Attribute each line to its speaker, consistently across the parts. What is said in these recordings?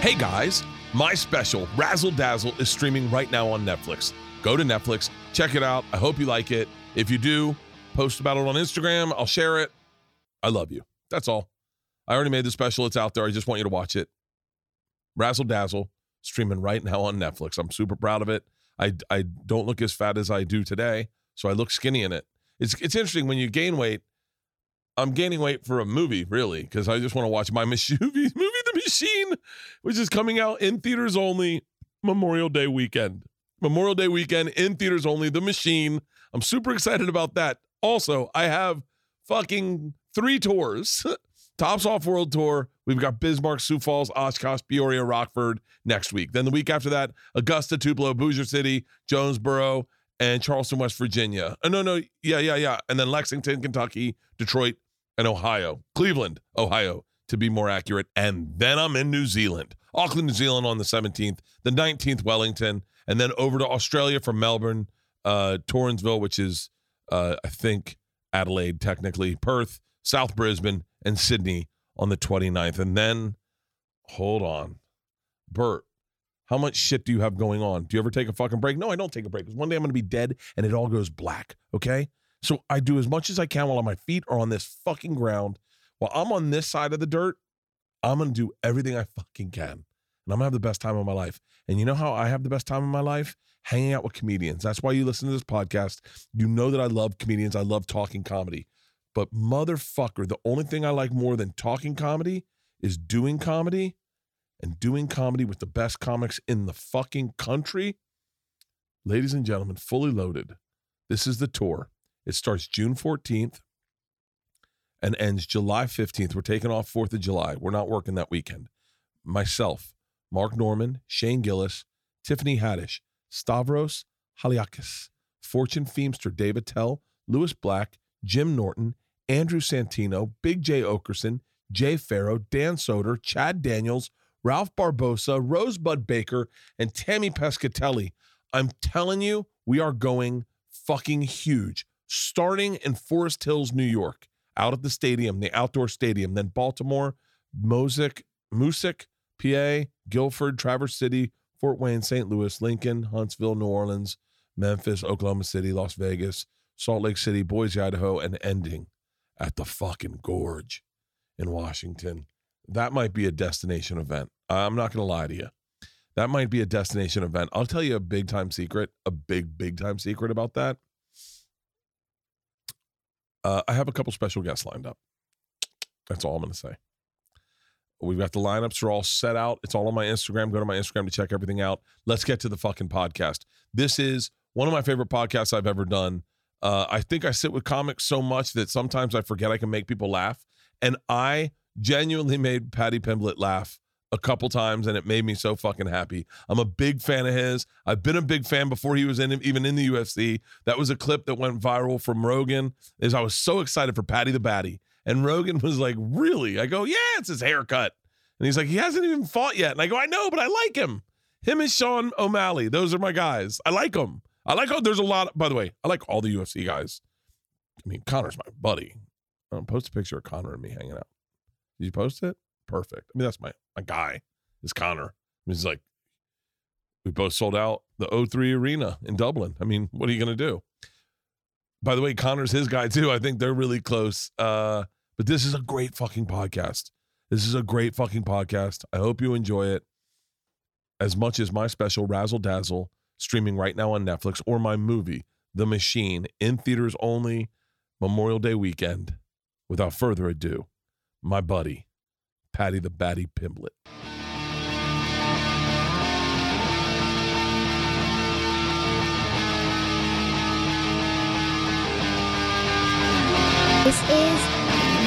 Speaker 1: Hey guys, my special, Razzle Dazzle, is streaming right now on Netflix. Go to Netflix, check it out. I hope you like it. If you do, post about it on Instagram. I'll share it. I love you. That's all. I already made the special. It's out there. I just want you to watch it. Razzle Dazzle, streaming right now on Netflix. I'm super proud of it. I, I don't look as fat as I do today, so I look skinny in it. It's, it's interesting when you gain weight. I'm gaining weight for a movie, really, because I just want to watch my mach- movie, The Machine, which is coming out in theaters only Memorial Day weekend. Memorial Day weekend in theaters only, The Machine. I'm super excited about that. Also, I have fucking three tours Tops Off World Tour. We've got Bismarck, Sioux Falls, Oshkosh, Peoria, Rockford next week. Then the week after that, Augusta, Tupelo, Boozer City, Jonesboro, and Charleston, West Virginia. Oh, no, no. Yeah, yeah, yeah. And then Lexington, Kentucky, Detroit, and Ohio. Cleveland, Ohio, to be more accurate. And then I'm in New Zealand. Auckland, New Zealand on the 17th, the 19th, Wellington, and then over to Australia from Melbourne, uh, Torrensville, which is, uh, I think, Adelaide, technically, Perth, South Brisbane, and Sydney on the 29th. And then, hold on. Bert, how much shit do you have going on? Do you ever take a fucking break? No, I don't take a break because one day I'm going to be dead and it all goes black. Okay. So I do as much as I can while on my feet or on this fucking ground. While I'm on this side of the dirt, I'm going to do everything I fucking can. And I'm going to have the best time of my life. And you know how I have the best time of my life? Hanging out with comedians. That's why you listen to this podcast. You know that I love comedians, I love talking comedy. But motherfucker, the only thing I like more than talking comedy is doing comedy and doing comedy with the best comics in the fucking country. Ladies and gentlemen, fully loaded. This is the tour. It starts June 14th and ends July 15th. We're taking off 4th of July. We're not working that weekend. Myself, Mark Norman, Shane Gillis, Tiffany Haddish, Stavros Haliakis, Fortune Feemster, David Tell, Lewis Black, Jim Norton, Andrew Santino, Big J Okerson, Jay Farrow, Dan Soder, Chad Daniels, Ralph Barbosa, Rosebud Baker, and Tammy Pescatelli. I'm telling you, we are going fucking huge. Starting in Forest Hills, New York, out at the stadium, the outdoor stadium, then Baltimore, Mosick, Moosick, PA, Guilford, Traverse City, Fort Wayne, St. Louis, Lincoln, Huntsville, New Orleans, Memphis, Oklahoma City, Las Vegas, Salt Lake City, Boise, Idaho, and ending at the fucking gorge in Washington that might be a destination event. I'm not going to lie to you. That might be a destination event. I'll tell you a big time secret, a big, big time secret about that. Uh, I have a couple special guests lined up. That's all I'm going to say. We've got the lineups are all set out. It's all on my Instagram. Go to my Instagram to check everything out. Let's get to the fucking podcast. This is one of my favorite podcasts I've ever done. Uh, I think I sit with comics so much that sometimes I forget I can make people laugh. And I genuinely made Patty Pimblett laugh a couple times, and it made me so fucking happy. I'm a big fan of his. I've been a big fan before he was in even in the UFC. That was a clip that went viral from Rogan. Is I was so excited for Patty the Batty, and Rogan was like, "Really?" I go, "Yeah, it's his haircut," and he's like, "He hasn't even fought yet," and I go, "I know, but I like him. Him and Sean O'Malley, those are my guys. I like them. I like. Oh, there's a lot. By the way, I like all the UFC guys. I mean, Connor's my buddy. I'll post a picture of Connor and me hanging out. Did you post it? Perfect. I mean, that's my my guy is Connor. I mean, he's like, we both sold out the O3 Arena in Dublin. I mean, what are you gonna do? By the way, Connor's his guy too. I think they're really close. Uh, but this is a great fucking podcast. This is a great fucking podcast. I hope you enjoy it as much as my special Razzle Dazzle streaming right now on Netflix or my movie The Machine in theaters only Memorial Day weekend. Without further ado, my buddy, Patty the Batty Pimblett.
Speaker 2: This is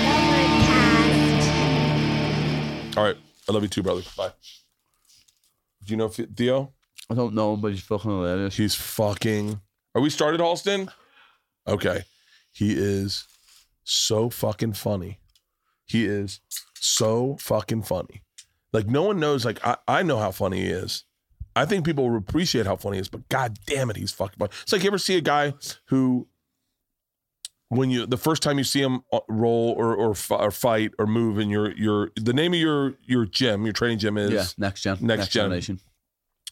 Speaker 2: Overcast.
Speaker 1: All right. I love you too, brother. Bye. Do you know F- Theo?
Speaker 3: I don't know, but he's fucking hilarious.
Speaker 1: He's fucking. Are we started, Halston? Okay. He is so fucking funny. He is so fucking funny. Like no one knows. Like I, I know how funny he is. I think people will appreciate how funny he is, but god damn it, he's fucking funny. It's like you ever see a guy who when you the first time you see him uh, roll or or, fi- or fight or move in your your the name of your your gym your training gym is
Speaker 2: yeah, next gen,
Speaker 1: next gen.
Speaker 2: generation.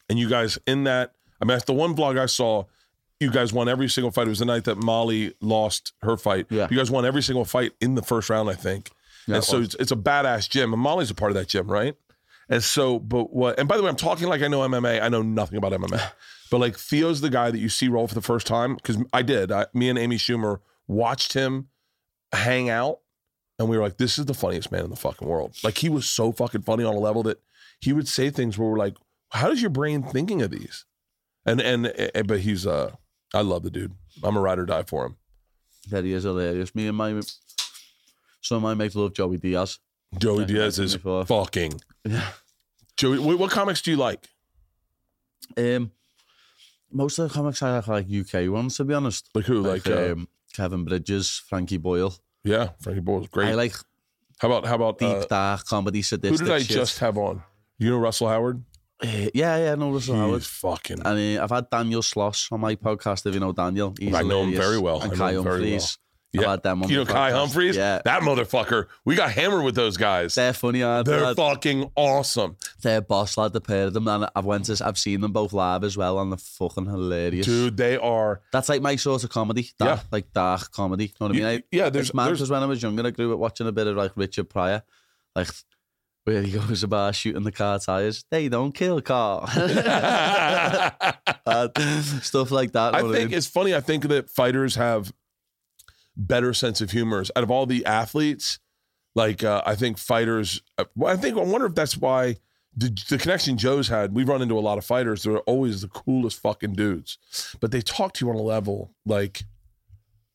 Speaker 1: and you guys in that i mean that's the one vlog i saw you guys won every single fight it was the night that molly lost her fight
Speaker 2: Yeah.
Speaker 1: you guys won every single fight in the first round i think
Speaker 2: Yeah,
Speaker 1: and so
Speaker 2: well,
Speaker 1: it's, it's a badass gym and molly's a part of that gym right and so but what and by the way i'm talking like i know mma i know nothing about mma but like theo's the guy that you see roll for the first time because i did I, me and amy schumer watched him hang out and we were like this is the funniest man in the fucking world like he was so fucking funny on a level that he would say things where we're like how does your brain thinking of these and and, and- but he's uh i love the dude i'm a ride or die for him
Speaker 2: oh, that he is hilarious. Me and my some of my mates love Joey Diaz.
Speaker 1: joey
Speaker 2: Yeah,
Speaker 1: diaz
Speaker 2: I've seen
Speaker 1: is
Speaker 2: before.
Speaker 1: fucking
Speaker 2: Yeah.
Speaker 1: joey what, what comics do you like
Speaker 2: Um, most of the comics I like, like UK ones to be honest.
Speaker 1: Like who? Like, uh,
Speaker 2: um, Kevin Bridges, Frankie Boyle.
Speaker 1: yeah, Frankie Boyle was
Speaker 2: I
Speaker 1: great.
Speaker 2: like
Speaker 1: how about how about
Speaker 2: deep
Speaker 1: uh,
Speaker 2: dark comedy
Speaker 1: who
Speaker 2: sadistic
Speaker 1: did I
Speaker 2: shit.
Speaker 1: just have on? You know Russell Howard?
Speaker 2: Uh, yeah, yeah, no, Russell Howard.
Speaker 1: He's fucking.
Speaker 2: And uh, I've had Daniel Sloss on my podcast. If you know Daniel, he's
Speaker 1: I know him
Speaker 2: hilarious.
Speaker 1: very well.
Speaker 2: And
Speaker 1: I know
Speaker 2: Kai
Speaker 1: him very
Speaker 2: Humphries.
Speaker 1: well. Yeah.
Speaker 2: I've had them on
Speaker 1: you know
Speaker 2: the
Speaker 1: Kai
Speaker 2: podcast.
Speaker 1: Humphries?
Speaker 2: Yeah,
Speaker 1: That motherfucker. We got hammered with those guys.
Speaker 2: they're funny. Aren't they?
Speaker 1: They're
Speaker 2: Like,
Speaker 1: fucking awesome,
Speaker 2: their boss lad, the pair of them. And I've went to, I've seen them both live as well, and they're fucking hilarious.
Speaker 1: dude. They are.
Speaker 2: That's like my sort of comedy. Dark,
Speaker 1: Yeah.
Speaker 2: like dark comedy. You know what I mean? I,
Speaker 1: yeah, there's
Speaker 2: it's mad
Speaker 1: there's
Speaker 2: because when I was younger, I grew up watching a bit of like Richard Pryor, like where he goes about shooting the car tires. They don't kill car.
Speaker 1: I
Speaker 2: And stuff like that. you know what
Speaker 1: think
Speaker 2: mean?
Speaker 1: it's funny. I think that fighters have better sense of humors out of all the athletes. Like uh, I think fighters. uh, Well, I think I wonder if that's why the, the connection Joe's had. We've run into a lot of fighters. They're always the coolest fucking dudes, but they talk to you on a level like.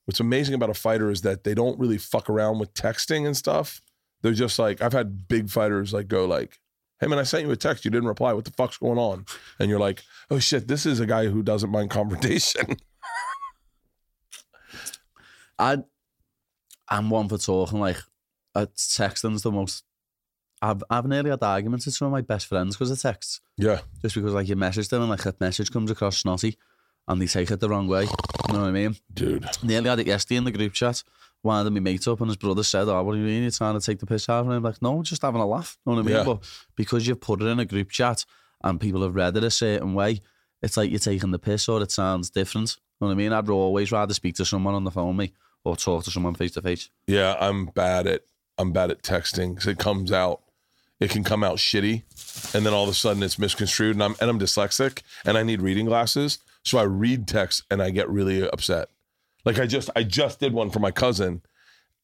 Speaker 1: What's amazing about a fighter is that they don't really fuck around with texting and stuff. They're just like I've had big fighters like go like, "Hey man, I sent you a text. You didn't reply. What the fuck's going on?" And you're like, "Oh shit, this is a guy who doesn't mind confrontation."
Speaker 2: I, I'm one for talking. Like, uh, texting's the most. I've I've nearly had arguments with some of my best friends because of texts.
Speaker 1: yeah,
Speaker 2: Just because like you message them and like a message comes across snotty, and they take it the wrong way. You know what I mean?
Speaker 1: dude.
Speaker 2: Nearly had it yesterday in the group chat. One of them, he mates up, and his brother said, "Oh, what do you mean you're trying to take the piss out of him?" I'm like, "No, just having a laugh." You know what I mean?
Speaker 1: Yeah.
Speaker 2: But because you've put it in a group chat and people have read it a certain way, it's like you're taking the piss, or it sounds different. You know what I mean? I'd always rather speak to someone on the phone, me, or talk to someone face to face.
Speaker 1: Yeah, I'm bad at I'm bad at texting because it comes out. It can come out shitty, and then all of a sudden it's misconstrued. And I'm and I'm dyslexic, and I need reading glasses, so I read text and I get really upset. Like I just I just did one for my cousin,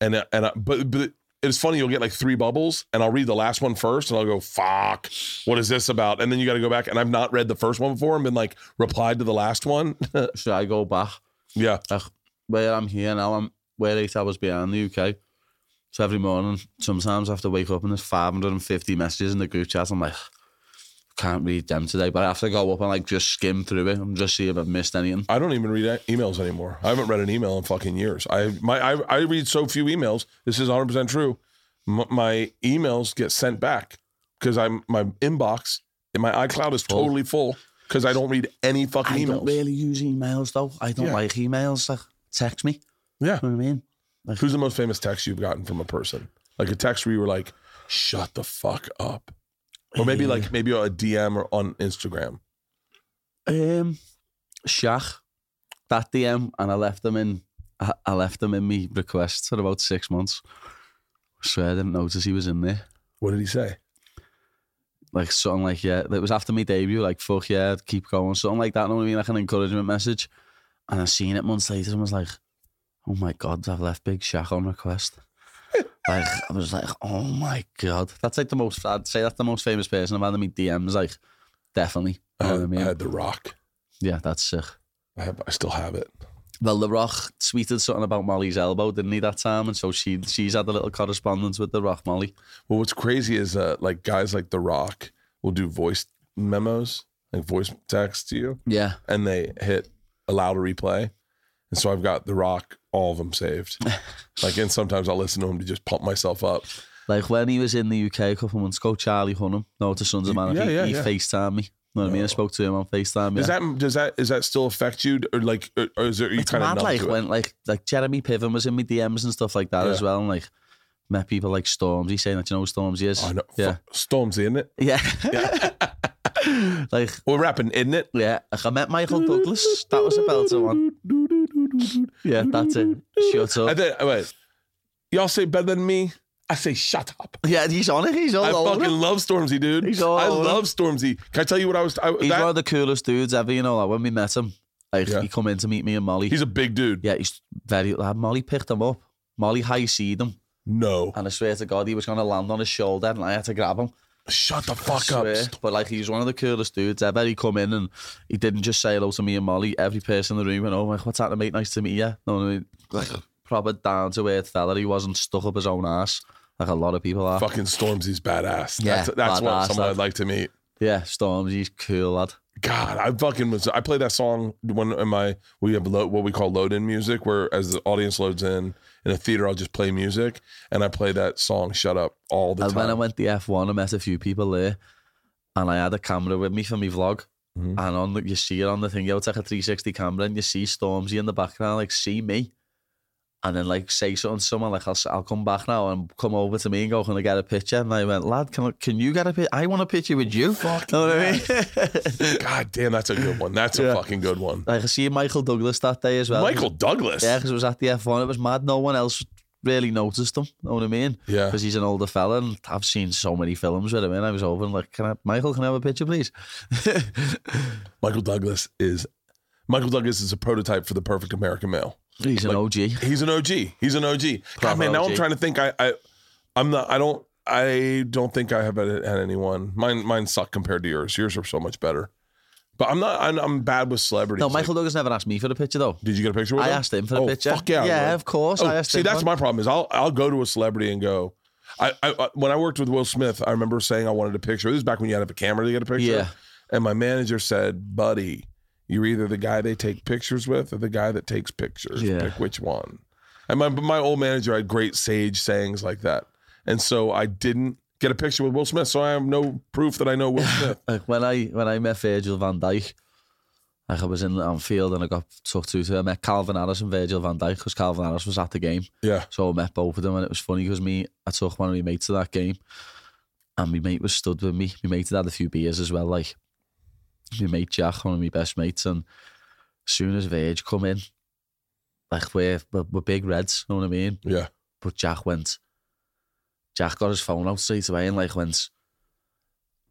Speaker 1: and and I, but but it's funny you'll get like three bubbles, and I'll read the last one first, and I'll go fuck, what is this about? And then you got to go back, and I've not read the first one before, and been like replied to the last one.
Speaker 2: Uh, Should I go back?
Speaker 1: yeah,
Speaker 2: Like where I'm here now, I'm we're eight hours behind the UK. So every morning, sometimes I have to wake up and there's 550 messages in the group chat. I'm like, can't read them today, but I have to go up and like just skim through it and just see if I've missed anything.
Speaker 1: I don't even read e- emails anymore. I haven't read an email in fucking years. I my I, I read so few emails. This is 100 percent true. M- my emails get sent back because I'm my inbox and my iCloud is
Speaker 2: Full.
Speaker 1: totally full because I don't read any fucking
Speaker 2: I
Speaker 1: emails.
Speaker 2: don't really use emails though. I don't
Speaker 1: Yeah.
Speaker 2: like emails. Like text me.
Speaker 1: Yeah.
Speaker 2: You know what I mean?
Speaker 1: Who's the most famous text you've gotten from a person? Like a text where you were like, "Shut the fuck up," or maybe like maybe a DM or on Instagram.
Speaker 2: Um, Shaq, that DM, and I left them in. I, I left them in me requests for about six months. swear I didn't notice he was in there.
Speaker 1: What did he say?
Speaker 2: like something like yeah, that was after my debut. Like fuck yeah, keep going, something like that. Know what I mean? Like an encouragement message. And I seen it months later and was like, oh my god, I've left Big Shaq on request. like I was like, oh my god, that's like the most. I'd say that's the most famous person I've had in my DMs. Like definitely. You
Speaker 1: I
Speaker 2: know
Speaker 1: had, I
Speaker 2: what I mean?
Speaker 1: had the Rock.
Speaker 2: yeah, that's sick.
Speaker 1: I have. I still have it.
Speaker 2: Well, The Rock tweeted something about Molly's elbow, didn't he, that time? And so she she's had a little correspondence with The Rock Molly.
Speaker 1: Well, what's crazy is uh, like guys like The Rock will do voice memos, like voice text to you,
Speaker 2: Yeah.
Speaker 1: and they hit allow to replay. And so I've got The Rock, all of them saved. like, and sometimes I'll listen to him to just pump myself up.
Speaker 2: Like when he was in the UK a couple of months ago, Charlie Nou, Hunnam, no, the Sons of
Speaker 1: Y-
Speaker 2: Anarchy,
Speaker 1: yeah, yeah,
Speaker 2: he
Speaker 1: yeah.
Speaker 2: FaceTimed me know what I mean?
Speaker 1: No.
Speaker 2: I spoke to him on FaceTime.
Speaker 1: Does
Speaker 2: yeah.
Speaker 1: that does that is that still affect you, or like, or, or is there you
Speaker 2: it's
Speaker 1: kind of
Speaker 2: mad
Speaker 1: numb
Speaker 2: like
Speaker 1: to it?
Speaker 2: when like like Jeremy Piven was in my DMs and stuff like that
Speaker 1: Yeah.
Speaker 2: as well, and like met people like Stormzy saying that you know who Stormzy is.
Speaker 1: I know.
Speaker 2: Yeah.
Speaker 1: Yeah. Stormzy, isn't it?
Speaker 2: Yeah.
Speaker 1: Yeah.
Speaker 2: like
Speaker 1: We're rapping, isn't it?
Speaker 2: yeah, like I met Michael Douglas. That was a belter one. Yeah, that's it. Shut
Speaker 1: I
Speaker 2: up.
Speaker 1: think, wait, y'all say better than me. I say shut up.
Speaker 2: Yeah, he's on it. He's all
Speaker 1: I
Speaker 2: over.
Speaker 1: fucking
Speaker 2: it.
Speaker 1: love Stormzy, dude.
Speaker 2: He's all
Speaker 1: I
Speaker 2: over
Speaker 1: love Stormzy. Can I tell you what I was? I,
Speaker 2: He's
Speaker 1: that-
Speaker 2: one of the coolest dudes ever. You know, like when we met him, like
Speaker 1: Yeah.
Speaker 2: he come in to meet me and Molly.
Speaker 1: he's a big dude.
Speaker 2: yeah, he's very. Like, Molly picked him up. Molly high seed him,
Speaker 1: No,
Speaker 2: and I swear to God, he was gonna land on his shoulder, and I had to grab him.
Speaker 1: shut the fuck up.
Speaker 2: swear, But like, he's one of the coolest dudes ever. He come in and he didn't just say hello to me and Molly. Every person in the room went, "Oh my, what's happening, mate? Nice to meet you." No, I mean, like proper down to earth fella. He wasn't stuck up his own ass like a lot of people are.
Speaker 1: Fucking Stormzy's badass.
Speaker 2: Yeah,
Speaker 1: that's that's what
Speaker 2: badass,
Speaker 1: someone
Speaker 2: lad.
Speaker 1: I'd like to meet.
Speaker 2: Yeah, Storms, he's cool lad.
Speaker 1: God, I fucking was. I play that song when in my we have load, what we call load in music, where as the audience loads in in a theater, I'll just play music and I play that song "Shut Up" all the
Speaker 2: and
Speaker 1: time.
Speaker 2: when I went the F1, I met a few people there, and I had a camera with me for my vlog.
Speaker 1: Mhm.
Speaker 2: And on the, you see it on the thing, you take a 360 camera and you see Stormzy in the background, like see me, and then like say something to someone like I'll, s- I'll come back now and come over to me and go, can I get a picture? And I went, lad, can I, can you get a picture? I want a picture with you.
Speaker 1: Fuck
Speaker 2: know what I mean?
Speaker 1: God damn, that's a good one. That's a
Speaker 2: Yeah.
Speaker 1: fucking good one.
Speaker 2: like I see Michael Douglas that day as well.
Speaker 1: Michael Douglas.
Speaker 2: yeah, because it was at the F1, it was mad. No one else really noticed him. Know what I mean?
Speaker 1: Yeah.
Speaker 2: because he's an older fella and I've seen so many films with him and I was over and like, can I, Michael, can I have a picture please?
Speaker 1: Michael Douglas is Michael Douglas is a prototype for the perfect American male.
Speaker 2: he's an OG.
Speaker 1: He's an OG. He's an OG. God,
Speaker 2: Proper
Speaker 1: man, now I'm
Speaker 2: OG.
Speaker 1: trying to think. I, I, I'm not. I don't. I don't think I have had, had anyone. Mine, mine suck compared to yours. Yours are so much better. But I'm not. I'm, I'm bad with celebrities.
Speaker 2: No,
Speaker 1: Like,
Speaker 2: Michael Douglas never asked me for the picture though.
Speaker 1: did you get a picture with
Speaker 2: I
Speaker 1: him?
Speaker 2: asked him for the
Speaker 1: Oh,
Speaker 2: picture.
Speaker 1: fuck yeah, I
Speaker 2: Yeah,
Speaker 1: would.
Speaker 2: of course. I
Speaker 1: Oh,
Speaker 2: asked
Speaker 1: see,
Speaker 2: him.
Speaker 1: that's
Speaker 2: for-
Speaker 1: my problem. Is I'll I'll go to a celebrity and go. I, I I- when I worked with Will Smith, I remember saying I wanted a picture. This is back when you had to have a camera to get a picture.
Speaker 2: Yeah.
Speaker 1: And my manager said, "Buddy, you're either the guy they take pictures with or the guy that takes pictures.
Speaker 2: Yeah.
Speaker 1: Pick which one." And my my old manager had great sage sayings like that, and so I didn't get a picture with Will Smith. So I have no proof that I know Will Smith.
Speaker 2: Like when I when I met Virgil van Dijk, like I was in Anfield and I got talked to to I met Calvin Harris and Virgil van Dijk because Calvin Harris was at the game.
Speaker 1: yeah.
Speaker 2: So I met both of them and it was funny because me, I took one of my mates to that game and my mate was stood with me. My mate had had a few beers as well, like my mate Jack, one of my best mates. And as soon as Verge come in, like we're, we're, we're big reds, you know what I mean?
Speaker 1: Yeah.
Speaker 2: But Jack went, Jack got his phone out straight away and like went,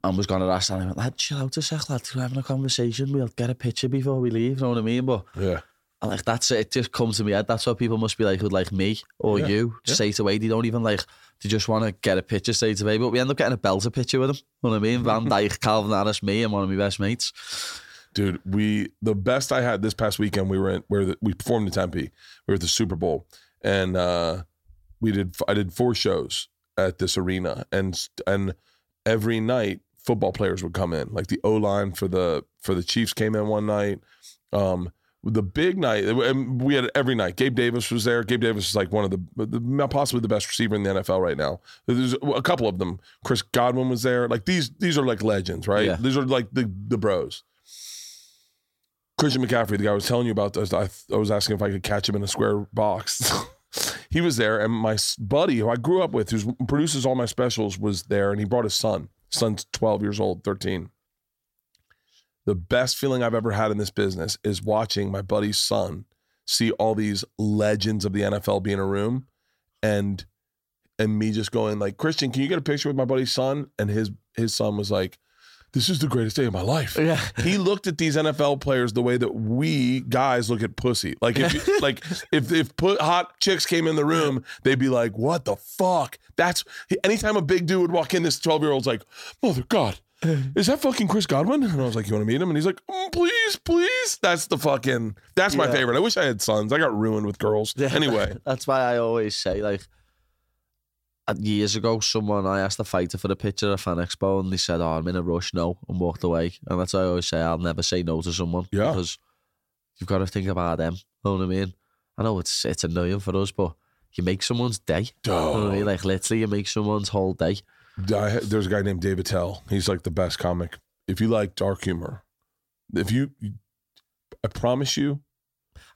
Speaker 2: and was going to ask, and I went, lad, chill out a sec, lad, we're having a conversation, we'll get a picture before we leave, you know what I mean? But
Speaker 1: Yeah.
Speaker 2: and like that's it. It just comes to me. head. That's what people must be like with like me or
Speaker 1: Yeah,
Speaker 2: you
Speaker 1: yeah.
Speaker 2: straight away. They don't even like. They just want to get a picture straight away. But we end up getting a belter picture with them. You know what I mean? Van Dijk, Calvin Harris, me, and one of my best mates.
Speaker 1: Dude, we the best I had this past weekend. We were in where the, we performed in Tempe. We were at the Super Bowl, and uh, we did. I did four shows at this arena, and and every night football players would come in. Like the O line for the for the Chiefs came in one night. Um, the big night and we had it every night. Gabe Davis was there. Gabe Davis is like one of the, the possibly the best receiver in the NFL right now. There's a couple of them. Chris Godwin was there. Like these these are like legends, right?
Speaker 2: Yeah.
Speaker 1: These are like the the bros. Christian McCaffrey, the guy I was telling you about, I, I was asking if I could catch him in a square box. he was there, and my s- buddy, who I grew up with, who produces all my specials, was there, and he brought his son. Son's 12 years old, 13. The best feeling I've ever had in this business is watching my buddy's son see all these legends of the NFL be in a room and and me just going like, Christian, can you get a picture with my buddy's son? And his his son was like, This is the greatest day of my life
Speaker 2: Yeah.
Speaker 1: he looked at these NFL players the way that we guys look at pussy. Like if you- like if if put hot chicks came in the room, they'd be like, "What the fuck?" That's anytime a big dude would walk in, this twelve year old's like, "Mother God, is that fucking Chris Godwin?" And I was like, "You want to meet him?" And he's like, "Mm, "Please, please." That's the fucking. That's my
Speaker 2: Yeah.
Speaker 1: favorite. I wish I had sons. I got ruined with girls. Anyway,
Speaker 2: that's why I always say like. uh, Years ago, someone I asked a fighter for a picture at a fan expo, and they said, "Oh, I'm in a rush, no," and walked away. And that's why I always say I'll never say no to someone
Speaker 1: Yeah.
Speaker 2: because you've got to think about them. You know what I mean? I know it's it's annoying for us, but you make someone's day. You know what I mean?
Speaker 1: duh.
Speaker 2: Like literally, you make someone's whole day.
Speaker 1: I, there's a guy named David Tell. He's like the best comic if you like dark humor, if you, I promise you,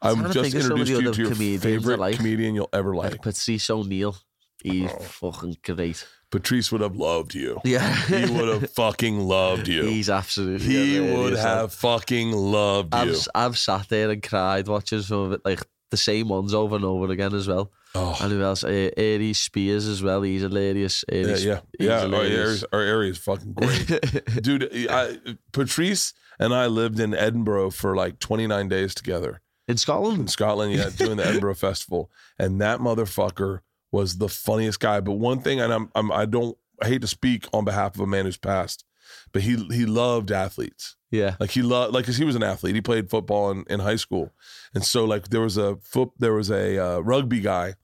Speaker 2: I'm
Speaker 1: I'm just
Speaker 2: trying to think of some of
Speaker 1: introduced
Speaker 2: the
Speaker 1: you
Speaker 2: other
Speaker 1: to your
Speaker 2: comedians I
Speaker 1: favorite
Speaker 2: like.
Speaker 1: comedian you'll ever
Speaker 2: Like,
Speaker 1: like.
Speaker 2: Patrice O'Neill. He's fucking great.
Speaker 1: Patrice would have loved you.
Speaker 2: Yeah.
Speaker 1: He would have fucking loved you.
Speaker 2: He's absolutely.
Speaker 1: He
Speaker 2: hilarious,
Speaker 1: would
Speaker 2: man.
Speaker 1: have fucking loved
Speaker 2: I've,
Speaker 1: you.
Speaker 2: s- I've sat there and cried watching some of it, like the same ones over and over again as well.
Speaker 1: Oh,
Speaker 2: And who else? Uh, Aries Spears as well. He's hilarious.
Speaker 1: yeah,
Speaker 2: Aries.
Speaker 1: yeah,
Speaker 2: he's
Speaker 1: yeah. Our
Speaker 2: hilarious.
Speaker 1: Aries, our Aries fucking great. Dude, I, Patrice and I lived in Edinburgh for like 29 days together.
Speaker 2: In
Speaker 1: in
Speaker 2: Scotland.
Speaker 1: Scotland, yeah, doing the Edinburgh Festival, and that motherfucker was the funniest guy. But one thing, and I'm, I'm I don't I hate to speak on behalf of a man who's passed, but he he loved athletes.
Speaker 2: Yeah.
Speaker 1: Like he loved like because he was an athlete. He played football in, in high school, and so like there was a foot there was a uh, rugby guy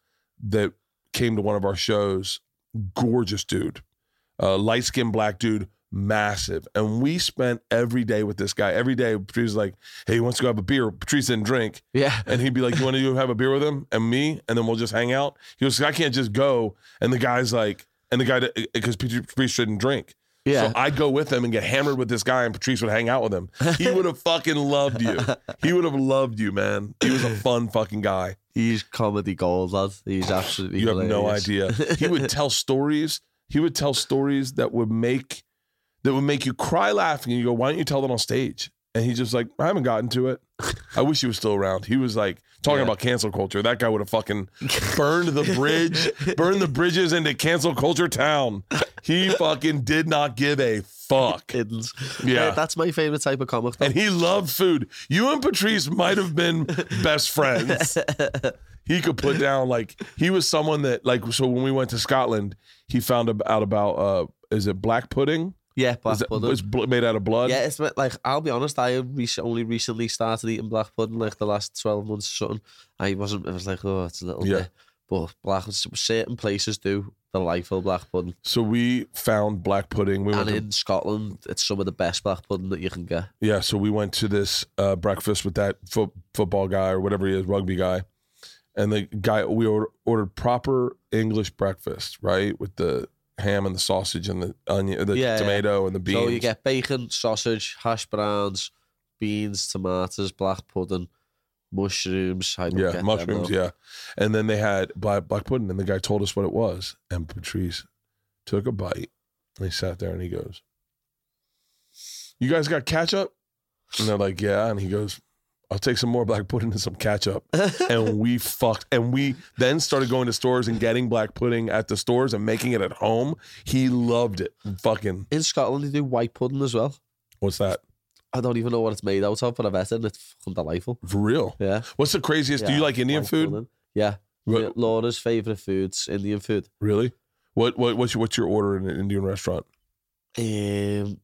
Speaker 1: that came to one of our shows. Gorgeous dude, uh, light skinned black dude. Massive, and we spent every day with this guy. Every day, Patrice was like, "Hey, he wants to go have a beer." Patrice didn't drink,
Speaker 2: Yeah.
Speaker 1: and he'd be like, "You want to go have a beer with him and me, and then we'll just hang out." He goes, "I can't just go." And the guy's like, "And the guy because Patrice shouldn't drink,
Speaker 2: Yeah.
Speaker 1: so I'd go with him and get hammered with this guy, and Patrice would hang out with him. He would have fucking loved you. He would have loved you, man. He was a fun fucking guy.
Speaker 2: he's comedy gold, lad. He's absolutely
Speaker 1: You have no
Speaker 2: hilarious.
Speaker 1: idea. He would tell stories. He would tell stories that would make that would make you cry laughing, and you go, "Why don't you tell that on stage?" And he's just like, "I haven't gotten to it. I wish he was still around." He was like talking
Speaker 2: Yeah.
Speaker 1: about cancel culture. That guy would have fucking burned the bridge, burned the bridges into cancel culture town. He fucking did not give a fuck.
Speaker 2: Kiddings.
Speaker 1: Yeah.
Speaker 2: Uh, that's my favorite type of comic. though.
Speaker 1: And he loved food. You and Patrice might have been best friends. He could put down like he was someone that like so when we went to Scotland, he found ab- out about uh is it black pudding?
Speaker 2: yeah, black
Speaker 1: is it,
Speaker 2: pudding.
Speaker 1: It's bl- made out of blood.
Speaker 2: yeah, it's been- like I'll be honest. I have rec- only recently started eating black pudding, like the last twelve months or something. I wasn't. I was like, oh, it's a little
Speaker 1: Yeah.
Speaker 2: bit. But black certain places do delightful black pudding,
Speaker 1: So we found black pudding. We went
Speaker 2: and
Speaker 1: to
Speaker 2: in Scotland, it's some of the best black pudding that you can get.
Speaker 1: Yeah, so we went to this uh, breakfast with that fo- football guy or whatever he is, rugby guy, and the guy we order, ordered proper English breakfast, right, with the ham and the sausage and the onion, the
Speaker 2: Yeah, yeah.
Speaker 1: tomato and the beans.
Speaker 2: So you get bacon, sausage, hash browns, beans, tomatoes, black pudding, mushrooms. I don't get
Speaker 1: yeah,
Speaker 2: them,
Speaker 1: mushrooms,
Speaker 2: though.
Speaker 1: yeah, and then they had black black pudding, and the guy told us what it was, and Patrice took a bite, and he sat there and he goes, "You guys got ketchup?" And they're like, "Yeah," and he goes. I'll take some more black pudding and some ketchup. and we fucked and we then started going to stores and getting black pudding at the stores and making it at home he loved it fucking
Speaker 2: in Scotland, they do white pudding as well.
Speaker 1: what's that
Speaker 2: I don't even know what it's made out of, but I've eaten it. It's fucking delightful.
Speaker 1: for real
Speaker 2: Yeah.
Speaker 1: what's the craziest do you
Speaker 2: Yeah,
Speaker 1: like indian
Speaker 2: white
Speaker 1: food
Speaker 2: pudding. Yeah.
Speaker 1: What-
Speaker 2: Yeah, Laura's favorite foods, Indian food.
Speaker 1: really what, what what's your, what's your order in an indian restaurant
Speaker 2: Um,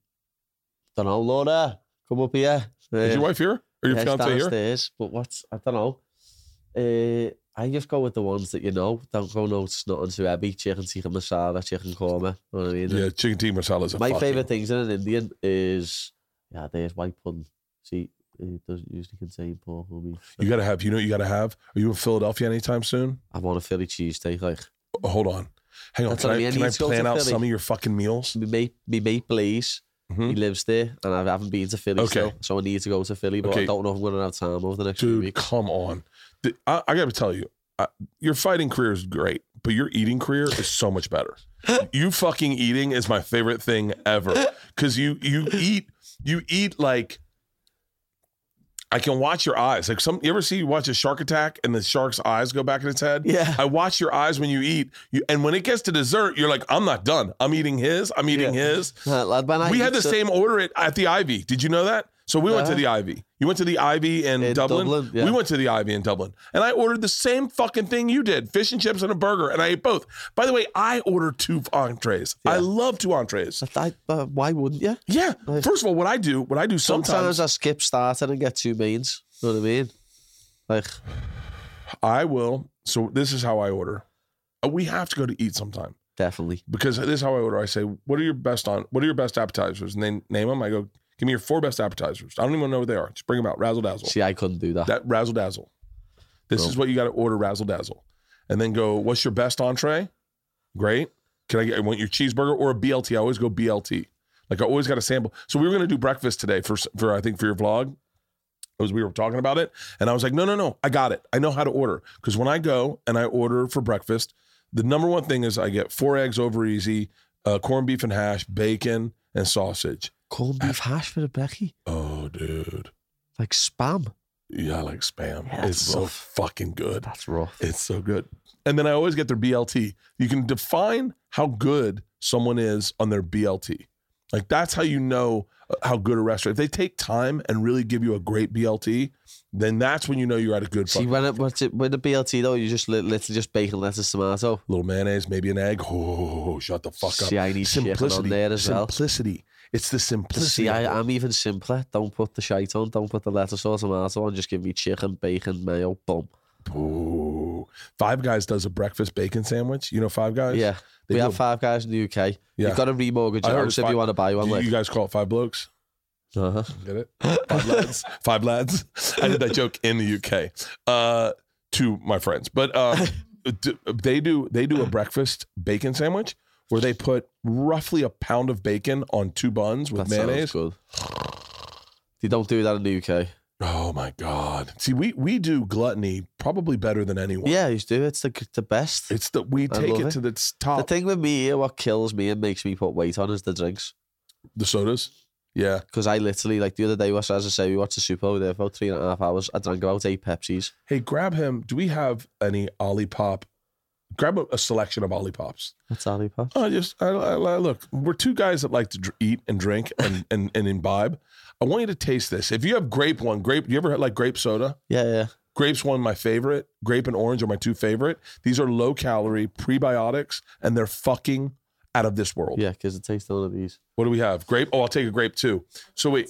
Speaker 2: don't know, Laura, come up here.
Speaker 1: is
Speaker 2: Uh,
Speaker 1: your wife here or your
Speaker 2: yeah, it's
Speaker 1: fiance here
Speaker 2: downstairs, but what's I don't know. Uh, I just go with the ones that you know. Don't go no it's nothing too heavy. Chicken tikka masala, chicken korma. You know what I mean?
Speaker 1: yeah chicken tikka masala is a
Speaker 2: My
Speaker 1: fucking-
Speaker 2: favorite things in an Indian is yeah, there's white pudding. See, it doesn't usually contain pork or meat.
Speaker 1: you gotta have you know what you gotta have are you in philadelphia anytime soon
Speaker 2: I want a Philly cheesesteak, like.
Speaker 1: Oh, hold on hang on
Speaker 2: That's
Speaker 1: can
Speaker 2: what
Speaker 1: i,
Speaker 2: I mean,
Speaker 1: can I
Speaker 2: he's going to
Speaker 1: plan out
Speaker 2: Philly.
Speaker 1: some of your fucking meals
Speaker 2: me mate, me mate Blaze,
Speaker 1: Mhm.
Speaker 2: he lives there, and I haven't been to Philly
Speaker 1: Okay.
Speaker 2: still, so I need to go to Philly, but
Speaker 1: Okay.
Speaker 2: I don't know if I'm going to have time over the next few
Speaker 1: dude
Speaker 2: weeks.
Speaker 1: come on The- I, I gotta tell you I, your fighting career is great but your eating career is so much better you fucking eating is my favorite thing ever because you you eat you eat like i can watch your eyes like some you ever see you watch a shark attack and the shark's eyes go back in its head
Speaker 2: Yeah,
Speaker 1: I watch your eyes when you eat, you, and when it gets to dessert, you're like, "I'm not done. I'm eating his. I'm eating his."
Speaker 2: Uh, lad, when I
Speaker 1: we
Speaker 2: eat
Speaker 1: had the
Speaker 2: so-
Speaker 1: same order at, at the Ivy. Did you know that? So we went to
Speaker 2: Yeah.
Speaker 1: the Ivy. You went to the Ivy in,
Speaker 2: In
Speaker 1: Dublin.
Speaker 2: Dublin, yeah.
Speaker 1: We went to the Ivy in Dublin, and I ordered the same fucking thing you did: fish and chips and a burger, and I ate both. By the way, I order two entrees. I
Speaker 2: Yeah.
Speaker 1: love two entrees.
Speaker 2: But I, but why wouldn't you?
Speaker 1: Yeah.
Speaker 2: Nice.
Speaker 1: First of all, what I do, what I do
Speaker 2: Sometimes,
Speaker 1: sometimes,
Speaker 2: I skip starting and get two mains. You know what I mean? Like,
Speaker 1: I will. So this is how I order. Uh, We have to go to eat sometime.
Speaker 2: definitely.
Speaker 1: because this is how I order. I say, "What are your best on? What are your best appetizers?" And they name them. I go, "Give me your four best appetizers." I don't even know what they are. Just bring them out. Razzle dazzle.
Speaker 2: See, I couldn't do that.
Speaker 1: That razzle dazzle. This
Speaker 2: Cool.
Speaker 1: is what you got to order. Razzle dazzle, and then go. What's your best entree? Great. Can I get? I want your cheeseburger or a BLT. I always go BLT. Like I always got a sample. So we were gonna do breakfast today for s- for I think for your vlog. As we were talking about it, and I was like, no, no, no, I got it. I know how to order because when I go and I order for breakfast, the number one thing is I get four eggs over easy, uh, corned beef and hash, bacon and sausage.
Speaker 4: Cold beef hash for the Becky.
Speaker 1: Oh, dude,
Speaker 4: Like spam.
Speaker 1: yeah, I like spam.
Speaker 4: Yeah, that's
Speaker 1: it's so
Speaker 4: rough.
Speaker 1: fucking good.
Speaker 4: That's rough.
Speaker 1: It's so good. And then I always get their BLT. You can define how good someone is on their BLT. Like that's how you know uh, how good a restaurant. If they take time and really give you a great BLT, then that's when you know you're at a good
Speaker 2: See,
Speaker 1: fucking
Speaker 2: when it, what's it, with the BLT though, you just li- literally just bacon, lettuce, tomato.
Speaker 1: little mayonnaise, maybe an egg. Oh, shut the fuck up.
Speaker 2: See, I need shit on
Speaker 1: Simplicity.
Speaker 2: there as well.
Speaker 1: Simplicity. It's the simplicity.
Speaker 2: See,
Speaker 1: of
Speaker 2: I,
Speaker 1: it.
Speaker 2: I'm even simpler. Don't put the shite on. Don't put the lettuce or tomato on. Just give me chicken, bacon, mayo, boom.
Speaker 1: Ooh. Five Guys does a breakfast bacon sandwich. You know Five Guys?
Speaker 2: Yeah.
Speaker 1: They
Speaker 2: we
Speaker 1: do
Speaker 2: have
Speaker 1: a-
Speaker 2: five guys in the UK.
Speaker 1: Yeah.
Speaker 2: You've got to remortgage
Speaker 1: I
Speaker 2: your
Speaker 1: heard
Speaker 2: house
Speaker 1: it's
Speaker 2: if
Speaker 1: five-
Speaker 2: you want to buy one.
Speaker 1: Do you,
Speaker 2: Like,
Speaker 1: you guys call it Five Blokes?
Speaker 2: uh-huh.
Speaker 1: Get it? Five lads. Five lads. I did that joke in the UK uh, to my friends, but uh, d- they do they do a breakfast bacon sandwich where they put roughly a pound of bacon on two buns with
Speaker 2: That sounds
Speaker 1: mayonnaise.
Speaker 2: good. They don't do that in the UK.
Speaker 1: Oh my god! See, we we do gluttony probably better than anyone.
Speaker 2: Yeah, you do. It's the the best.
Speaker 1: it's that we
Speaker 2: I
Speaker 1: take
Speaker 2: love
Speaker 1: it,
Speaker 2: it.
Speaker 1: to the s-
Speaker 2: the
Speaker 1: top. The,
Speaker 2: thing with me here, what kills me and makes me put weight on is the drinks.
Speaker 1: sodas. Yeah,
Speaker 2: Because I literally, like the other day, was as I say, we watched the Super Bowl there for about three and a half hours. I drank about eight Pepsis.
Speaker 1: Hey, grab him. Do we have any Olipop? Grab a, a selection of Olipops.
Speaker 2: That's Ali Pop.
Speaker 1: I just I, I, I- look. We're two guys that like to dr- eat and drink and, and and imbibe. I want you to taste this. If you have grape one, grape. You ever had like grape soda?
Speaker 2: Yeah, yeah.
Speaker 1: Grapes one, my favorite. Grape and orange are my two favorite. These are low calorie prebiotics, and they're fucking out of this world.
Speaker 2: Yeah, because it tastes none of these.
Speaker 1: What do we have? Grape. Oh, I'll take a grape too. So wait.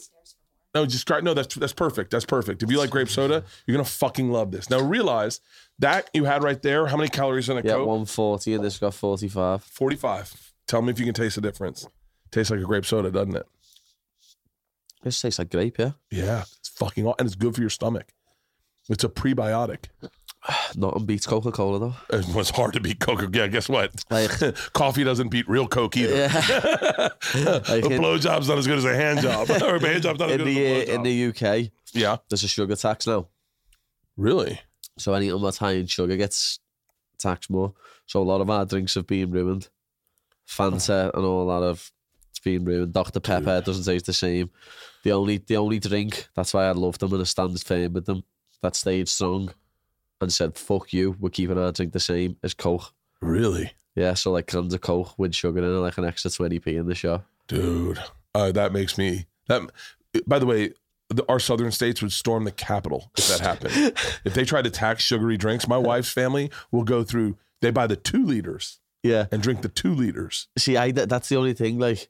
Speaker 1: No, just gra- no. That's that's perfect. That's perfect. If you like grape soda, you're gonna fucking love this. Now realize that you had right there. How many calories in a
Speaker 2: Yeah,
Speaker 1: coke?
Speaker 2: 140 and this got 45.
Speaker 1: 45. Tell me if you can taste the difference. Tastes like a grape soda, doesn't it?
Speaker 2: This tastes like grape, yeah?
Speaker 1: Yeah. It's fucking aw- and it's good for your stomach. It's a prebiotic.
Speaker 2: Not beats Coca Cola, though.
Speaker 1: It was hard to beat Coke. Yeah, guess what?
Speaker 2: Like,
Speaker 1: Coffee doesn't beat real Coke either.
Speaker 2: yeah.
Speaker 1: a
Speaker 2: in-
Speaker 1: blowjob's not as good as a hand job. or a hand job's not as
Speaker 2: in,
Speaker 1: good
Speaker 2: the,
Speaker 1: as a
Speaker 2: uh, in
Speaker 1: blowjob.
Speaker 2: the UK,
Speaker 1: yeah.
Speaker 2: there's a sugar tax now.
Speaker 1: Really?
Speaker 2: So anything that's high in sugar gets taxed more. So a lot of our drinks have been ruined. Fanta and all that have it's been ruined. Dr. Pepper doesn't taste the same. The only the only drink, that's why I love them and I stand firm with them, that stayed strong and said, fuck you, we're keeping our drink the same as Coke.
Speaker 1: Really?
Speaker 2: Yeah, so like cans of Coke with sugar in it, like an extra 20p in the shop.
Speaker 1: Dude. Uh, that makes me that by the way, the, our southern states would storm the capital if that happened. if they tried to tax sugary drinks, my wife's family will go through they buy the two liters
Speaker 2: Yeah.
Speaker 1: and drink the two liters.
Speaker 2: See, I that- that's the only thing. Like,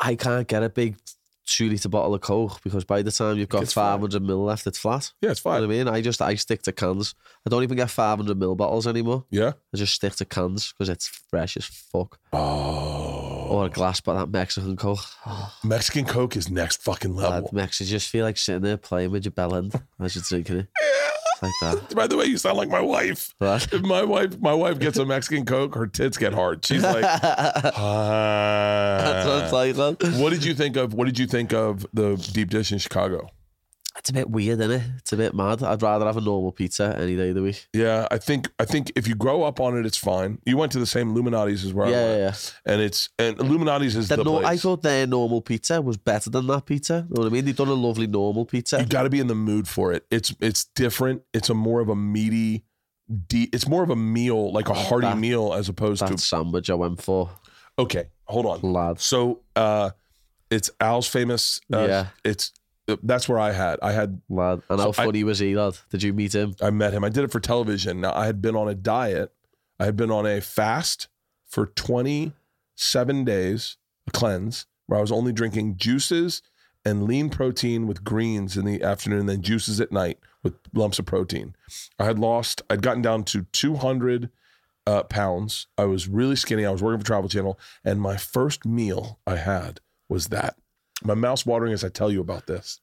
Speaker 2: I can't get a big two liter bottle of Coke because by the time you've got
Speaker 1: It's flat.
Speaker 2: five hundred ml left, it's flat.
Speaker 1: Yeah, it's
Speaker 2: You know
Speaker 1: fine.
Speaker 2: what I mean? I just I stick to cans. I don't even get five hundred ml bottles anymore.
Speaker 1: Yeah.
Speaker 2: I just stick to cans because it's fresh as fuck.
Speaker 1: Oh,
Speaker 2: Or a glass, but that Mexican Coke. Oh,
Speaker 1: Mexican Coke is next fucking
Speaker 2: lad,
Speaker 1: level.
Speaker 2: Mex, you just feel like sitting there playing with your bell end as you're drinking it. It's like that.
Speaker 1: By the way, you sound like my wife.
Speaker 2: Right?
Speaker 1: If my wife, my wife gets a Mexican Coke, her tits get hard. She's like,
Speaker 2: That's what
Speaker 1: "Ah."
Speaker 2: it's like, lad.
Speaker 1: what did you think of? What did you think of the deep dish in Chicago?
Speaker 2: It's a bit weird, innit? It's a bit mad. I'd rather have a normal pizza any day of the week.
Speaker 1: Yeah, I think I think if you grow up on it, it's fine. You went to the same Illuminati's as where
Speaker 2: Yeah,
Speaker 1: I
Speaker 2: yeah,
Speaker 1: went,
Speaker 2: yeah.
Speaker 1: and it's and Illuminati's is the,
Speaker 2: Their nor- I
Speaker 1: place.
Speaker 2: thought their normal pizza was better than that pizza. You know what I mean? They've done a lovely normal pizza.
Speaker 1: you got to be in the mood for it. It's it's different. It's a more of a meaty, deep. It's more of a meal, like a hearty
Speaker 2: That-
Speaker 1: meal, as opposed
Speaker 2: That
Speaker 1: to
Speaker 2: sandwich I went for,
Speaker 1: Okay, hold on.
Speaker 2: lads.
Speaker 1: So, uh, it's Al's famous. Uh,
Speaker 2: Yeah.
Speaker 1: It's that's where I had. I had.
Speaker 2: Lad. And how
Speaker 1: So I-
Speaker 2: funny was he, lad? Did you meet him?
Speaker 1: I met him. I did it for television. Now I had been on a diet. I had been on a fast for twenty seven days, a cleanse where I was only drinking juices and lean protein with greens in the afternoon, and then juices at night with lumps of protein. I had lost. I'd gotten down to two hundred. Uh, pounds. I was really skinny. I was working for Travel Channel, and my first meal I had was that. My mouth's watering as I tell you about this.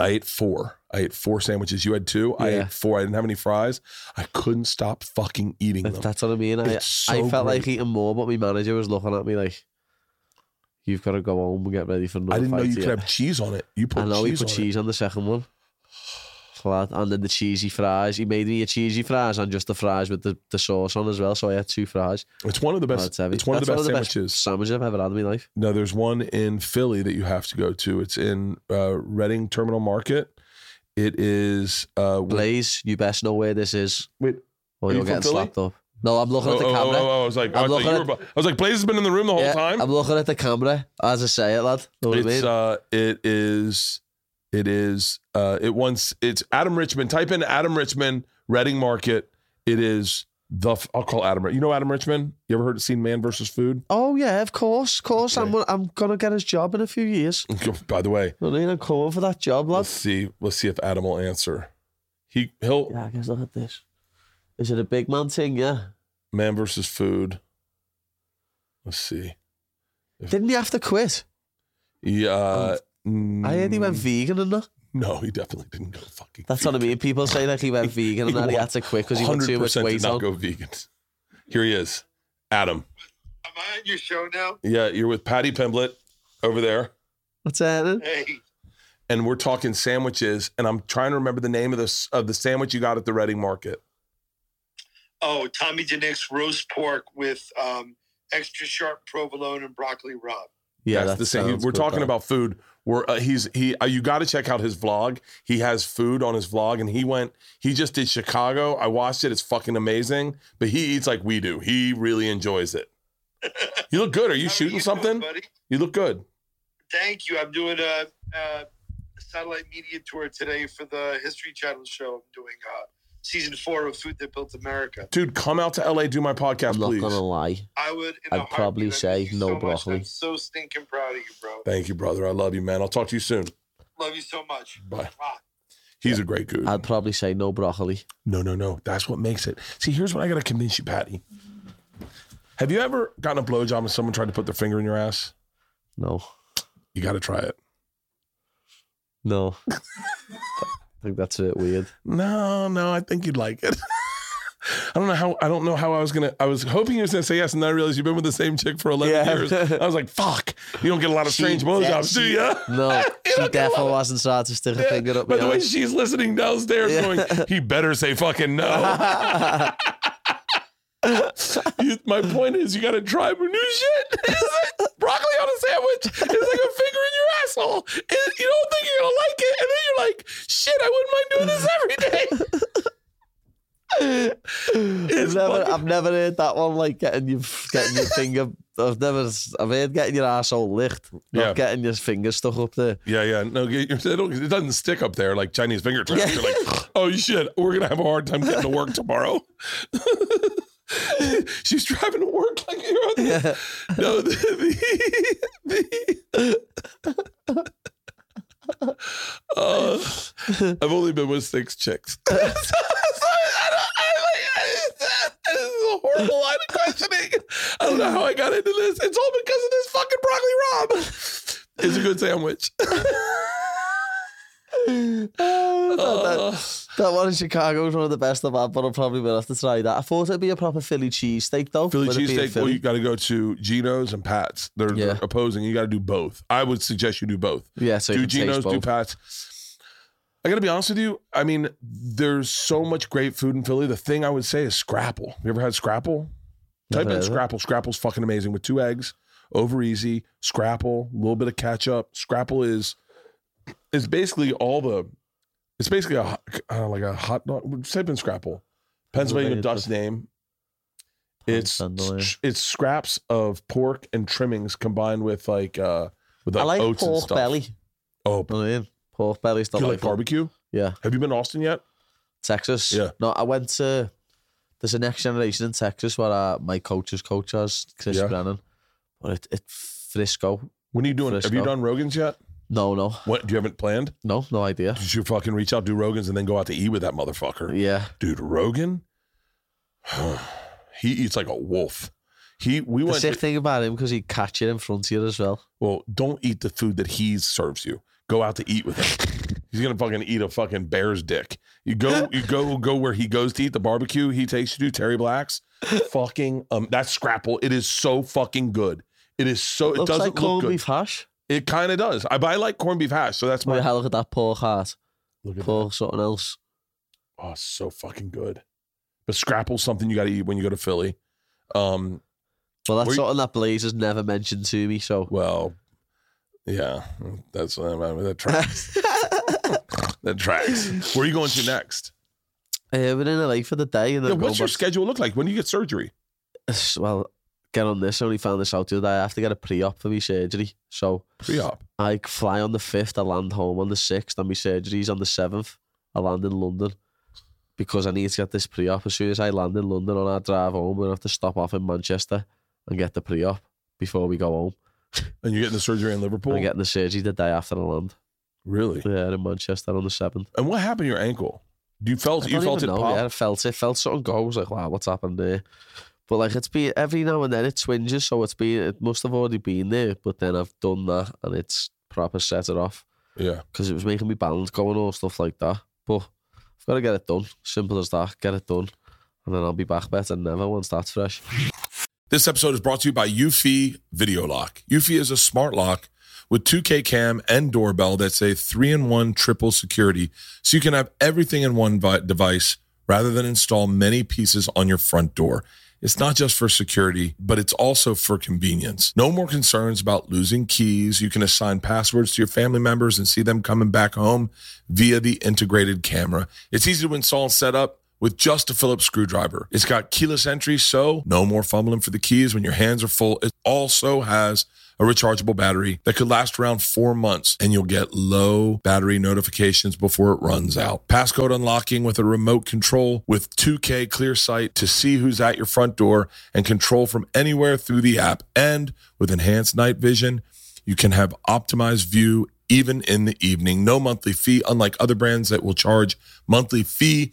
Speaker 1: I ate four. I ate four sandwiches. You had two. I
Speaker 2: Yeah.
Speaker 1: ate four. I didn't have any fries. I couldn't stop fucking eating them.
Speaker 2: That's what I mean. I,
Speaker 1: It's
Speaker 2: I
Speaker 1: so
Speaker 2: felt
Speaker 1: great.
Speaker 2: like eating more, but my manager was looking at me like, You've got to go home and get ready for another
Speaker 1: I didn't know
Speaker 2: fight
Speaker 1: you
Speaker 2: here.
Speaker 1: could have cheese on it. You put
Speaker 2: I know
Speaker 1: cheese
Speaker 2: he put
Speaker 1: on
Speaker 2: cheese on the second one. Flat. And then the cheesy fries. He made me a cheesy fries and just the fries with the, the sauce on as well. So I had two fries.
Speaker 1: it. It's one of the
Speaker 2: Oh,
Speaker 1: best.
Speaker 2: heavy.
Speaker 1: it's one of the
Speaker 2: That's
Speaker 1: best sandwiches.
Speaker 2: sandwiches I've ever had in my life.
Speaker 1: No, there's one in Philly that you have to go to. It's in uh, Reading Terminal Market. It is uh, with-
Speaker 2: Blaze, you best know where this is.
Speaker 1: Wait,
Speaker 2: Or
Speaker 1: are you
Speaker 2: you're
Speaker 1: from
Speaker 2: getting
Speaker 1: Philly?
Speaker 2: slapped up. No, I'm looking
Speaker 1: Oh,
Speaker 2: at the
Speaker 1: oh,
Speaker 2: camera.
Speaker 1: oh, oh, I was like,
Speaker 2: I'm
Speaker 1: I, thought you
Speaker 2: looking
Speaker 1: were
Speaker 2: at-
Speaker 1: about- I was like, Blaze has been in the room the whole
Speaker 2: Yeah,
Speaker 1: time.
Speaker 2: I'm looking at the camera as I say it, lad. Know what I
Speaker 1: it's
Speaker 2: mean?
Speaker 1: uh, it is, it is, uh, it once it's Adam Richmond. Type in Adam Richmond Reading Market. It is the f- I'll call Adam. Ri- You know Adam Richmond. You ever heard of seen Man versus Food?
Speaker 2: oh yeah, of course, of course. I'm I'm gonna get his job in a few years.
Speaker 1: By the way,
Speaker 2: You know what I mean? I'm coming for that job, lad.
Speaker 1: let's see. Let's see if Adam will answer. He he'll
Speaker 2: Yeah, I guess look at this. Is it a big man thing? Yeah.
Speaker 1: Man versus Food. Let's see.
Speaker 2: Didn't he have to quit?
Speaker 1: Yeah.
Speaker 2: Oh, I heard he went
Speaker 1: uh, mm,
Speaker 2: vegan and that.
Speaker 1: No, he definitely didn't go fucking.
Speaker 2: That's what I mean. People say that he went vegan and that he had to quit because he put
Speaker 1: Hundred
Speaker 2: too much
Speaker 1: percent did
Speaker 2: weight
Speaker 1: not
Speaker 2: on.
Speaker 1: go vegan. Here he is, Adam.
Speaker 5: Am I on your show now?
Speaker 1: Yeah, you're with Patty Pimblett over there,
Speaker 2: What's that?
Speaker 5: Hey,
Speaker 1: and we're talking sandwiches. And I'm trying to remember the name of this of the sandwich you got at the Reading Market.
Speaker 5: oh, Tommy Denick's roast pork with um, extra sharp provolone and broccoli rabe.
Speaker 2: Yeah,
Speaker 1: that's
Speaker 2: that
Speaker 1: the same.
Speaker 2: sounds
Speaker 1: We're
Speaker 2: good,
Speaker 1: talking
Speaker 2: though.
Speaker 1: about food. We're uh, he's he. Uh, you got to check out his vlog. He has food on his vlog, and he went. He just did Chicago. I watched it. It's fucking amazing. But he eats like we do. He really enjoys it. You look good. Are you
Speaker 5: How are
Speaker 1: shooting
Speaker 5: doing,
Speaker 1: something?
Speaker 5: buddy?
Speaker 1: You look good.
Speaker 5: Thank you. I'm doing a, a satellite media tour today for the History Channel show. I'm doing uh, season four of Food That Built America.
Speaker 1: Dude, come out to LA, do my podcast,
Speaker 2: I'm not
Speaker 1: please.
Speaker 2: gonna lie.
Speaker 5: I would. In
Speaker 2: I'd
Speaker 5: a heartbeat.
Speaker 2: probably
Speaker 5: I miss
Speaker 2: say
Speaker 5: you
Speaker 2: no
Speaker 5: so much.
Speaker 2: broccoli.
Speaker 5: I'm so stinking proud of you, bro.
Speaker 1: Thank you, brother. I love you, man. I'll talk to you soon.
Speaker 5: Love you so much.
Speaker 1: Bye.
Speaker 5: Rock.
Speaker 1: He's a great dude.
Speaker 2: I'd probably say no broccoli.
Speaker 1: no, no, no. That's what makes it. See, here's what I gotta convince you, Patty. Have you ever gotten a blowjob and someone tried to put their finger in your ass?
Speaker 2: No.
Speaker 1: You gotta try it.
Speaker 2: No. I think that's a bit weird.
Speaker 1: No, no, I think you'd like it. I don't know how I don't know how I was gonna I was hoping you was gonna say yes, and then I realized you've been with the same chick for eleven
Speaker 2: Yeah.
Speaker 1: years. I was like, fuck, you don't get a lot of
Speaker 2: She-
Speaker 1: strange blowjobs, do
Speaker 2: she-
Speaker 1: ya?
Speaker 2: No,
Speaker 1: You
Speaker 2: she
Speaker 1: don't get a lot
Speaker 2: definitely
Speaker 1: of-
Speaker 2: wasn't trying to stick her
Speaker 1: Yeah.
Speaker 2: finger up
Speaker 1: By
Speaker 2: my
Speaker 1: the way,
Speaker 2: ass.
Speaker 1: she's listening downstairs
Speaker 2: Yeah.
Speaker 1: going, he better say fucking no. You- My point is, you got to try new shit. It's like broccoli on a sandwich It's like a finger in your asshole. And you don't think you're going to like it. And then you're like, shit, I wouldn't mind doing this every day.
Speaker 2: I've never, I've never heard that one like getting your getting your finger. I've never, I've heard getting your asshole licked, not
Speaker 1: Yeah.
Speaker 2: getting your finger stuck up there.
Speaker 1: Yeah, yeah. No, get your- it don't- it doesn't stick up there like Chinese finger traps.
Speaker 2: Yeah.
Speaker 1: You're like, oh shit, we're gonna have a hard time getting to work tomorrow. She's driving to work like you're on the
Speaker 2: Yeah.
Speaker 1: No, the, the, the- Uh, I've only been with six chicks. so, so I don't, I, like, this is a horrible line of questioning. I don't know how I got into this. It's all because of this fucking broccoli rob. It's a good sandwich.
Speaker 2: Oh, that,
Speaker 1: Uh,
Speaker 2: that, that one in Chicago was one of the best I've had, but I'll probably will have to try that. I thought it'd be a proper Philly cheesesteak though.
Speaker 1: Philly
Speaker 2: with it being
Speaker 1: cheesesteak. Well,
Speaker 2: Philly.
Speaker 1: you got to go to Geno's and Pat's. They're, they're
Speaker 2: Yeah.
Speaker 1: opposing. You got to do both. I would suggest you do both.
Speaker 2: yeah, so you
Speaker 1: do
Speaker 2: can taste
Speaker 1: Geno's, do
Speaker 2: both.
Speaker 1: Pat's. I gotta be honest with you. I mean, there's so much great food in Philly. The thing I would say is scrapple. You ever had scrapple?
Speaker 2: Never
Speaker 1: Type in
Speaker 2: had it.
Speaker 1: scrapple. Scrapple's fucking amazing with two eggs, over easy, scrapple, a little bit of ketchup. Scrapple is is basically all the it's basically a hot- uh, like a hot dog. Type in scrapple. Pennsylvania
Speaker 2: Pennsylvania
Speaker 1: Dutch
Speaker 2: Dutch.
Speaker 1: name.
Speaker 2: Pound
Speaker 1: It's
Speaker 2: sandal, yeah.
Speaker 1: it's scraps of pork and trimmings combined with like uh with
Speaker 2: I
Speaker 1: like,
Speaker 2: like
Speaker 1: oats and
Speaker 2: pork
Speaker 1: stuff.
Speaker 2: belly.
Speaker 1: Oh,
Speaker 2: You know what I mean? Pork belly's
Speaker 1: do you like
Speaker 2: delightful.
Speaker 1: barbecue?
Speaker 2: Yeah.
Speaker 1: Have you been to Austin yet?
Speaker 2: Texas.
Speaker 1: Yeah.
Speaker 2: No, I went to. There's a next generation in Texas where uh, my coach's coach has Chris
Speaker 1: Yeah.
Speaker 2: Brennan, but it, it Frisco.
Speaker 1: When are you doing? Have you
Speaker 2: Frisco.
Speaker 1: done Rogan's yet?
Speaker 2: No, no,
Speaker 1: What do you haven't planned?
Speaker 2: no, no idea.
Speaker 1: You should fucking reach out, do Rogan's, and then go out to eat with that motherfucker,
Speaker 2: Yeah,
Speaker 1: dude. Rogan, he eats like a wolf. He we
Speaker 2: the
Speaker 1: went.
Speaker 2: sick
Speaker 1: To,
Speaker 2: thing about him because he catch it in front of you as well.
Speaker 1: well, don't eat the food that he serves you. Go out to eat with him. He's gonna fucking eat a fucking bear's dick. You go, you go, go where he goes to eat the barbecue. He takes you to Terry Black's. Fucking um, that scrapple. It is so fucking good. It is so. It
Speaker 2: Looks
Speaker 1: doesn't
Speaker 2: like corned
Speaker 1: look good.
Speaker 2: beef hash.
Speaker 1: It kind of does. I, but I like corned beef hash, so that's
Speaker 2: Oh,
Speaker 1: my.
Speaker 2: yeah, hell, look at that pork heart.
Speaker 1: Look at that.
Speaker 2: Pork something else.
Speaker 1: Oh, it's so fucking good. But scrapple's something you got to eat when you go to Philly. Um,
Speaker 2: Well,
Speaker 1: Were
Speaker 2: that's
Speaker 1: you-
Speaker 2: something that Blazer's never mentioned to me, so.
Speaker 1: well, yeah, that's uh, that tracks. that tracks. Where are you going to next?
Speaker 2: Uh, we're in LA for the day, and then
Speaker 1: Yeah,
Speaker 2: I'm
Speaker 1: what's your
Speaker 2: going
Speaker 1: schedule look like? When do you get surgery?
Speaker 2: back- well, get on this. I only found this out the other day. I have to get a pre-op for my surgery, so
Speaker 1: Pre-op.
Speaker 2: I fly on the fifth. I land home on the sixth, and my surgery's on the seventh. I land in London because I need to get this pre-op. As soon as I land in London on our drive home, we're gonna have to stop off in Manchester and get the pre-op before we go home.
Speaker 1: And you're getting the surgery in Liverpool?
Speaker 2: I'm getting the surgery the day after I land.
Speaker 1: really?
Speaker 2: Yeah, in Manchester on the seventh.
Speaker 1: And what happened to your ankle? Do you felt
Speaker 2: I
Speaker 1: you
Speaker 2: don't
Speaker 1: felt it
Speaker 2: even know.
Speaker 1: pop?
Speaker 2: Yeah, I felt it. Felt something go. I was like, wow, what's happened there? But like, it's been every now and then it twinges, so it's been it must have already been there. But then I've done that, and it's proper set it off
Speaker 1: Yeah.
Speaker 2: because it was making me balance going or stuff like that. But I've got to get it done. Simple as that. Get it done, and then I'll be back better than ever once that's fresh.
Speaker 1: This episode is brought to you by Eufy Video Lock. Eufy is a smart lock with 2K cam and doorbell that's a three in one triple security, so you can have everything in one vi- device rather than install many pieces on your front door. It's not just for security, but it's also for convenience. No more concerns about losing keys. You can assign passwords to your family members and see them coming back home via the integrated camera. It's easy to install and set up with just a Phillips screwdriver. It's got keyless entry, so no more fumbling for the keys when your hands are full. It also has a rechargeable battery that could last around four months, and you'll get low battery notifications before it runs out. Passcode unlocking with a remote control with 2K clear sight to see who's at your front door and control from anywhere through the app. And with enhanced night vision, you can have optimized view even in the evening. No monthly fee, unlike other brands that will charge monthly fee.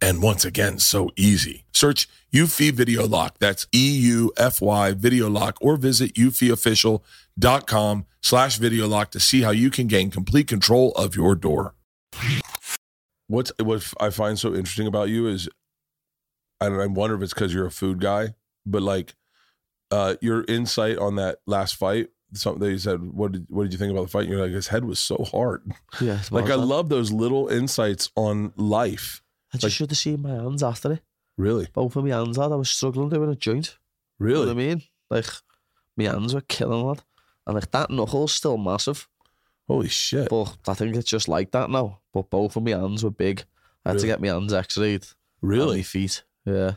Speaker 1: and once again, so easy. Search Eufy Video Lock. That's E U F Y Video Lock, or visit eufyofficial.com slash video lock to see how you can gain complete control of your door. What's, what I find so interesting about you is, and I wonder if it's because you're a food guy, but like uh, your insight on that last fight something they said, "What did what did you think about the fight?" And you're like, "His head was so hard."
Speaker 2: Yeah,
Speaker 1: Like I love those little insights on life.
Speaker 2: I just
Speaker 1: like-
Speaker 2: should have seen my hands after it.
Speaker 1: Really,
Speaker 2: Both of my hands, lad. I was struggling doing a joint. You know
Speaker 1: really.
Speaker 2: what I mean? Like, my hands were killing, lad. And like that knuckle's still massive.
Speaker 1: Holy shit!
Speaker 2: But I think it's just like that now. But both of my hands were big. I had
Speaker 1: Really?
Speaker 2: to get my hands x-rayed. And my
Speaker 1: Really,
Speaker 2: feet. Yeah.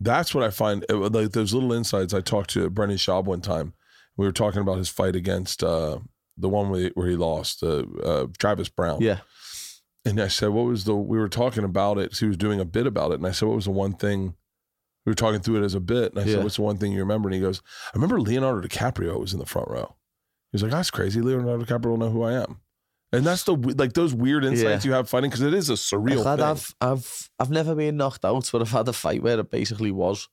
Speaker 1: that's what I find. uh, Like those little insights. I talked to Brendan Schaub one time. We were talking about his fight against uh, the one where he, where he lost, uh, uh, Travis Brown.
Speaker 2: Yeah.
Speaker 1: And I said, "What was the?" We were talking about it. 'cause He was doing a bit about it, and I said, "What was the one thing?" We were talking through it as a bit, and I
Speaker 2: Yeah.
Speaker 1: said, "What's the one thing you remember?" And he goes, "I remember Leonardo DiCaprio was in the front row." He was like, "That's crazy. Leonardo DiCaprio will know who I am." And that's the like those weird insights you have fighting because it is a surreal
Speaker 2: Like, lad,
Speaker 1: thing.
Speaker 2: I've, I've, I've never been knocked out, but I've had a fight where it basically was.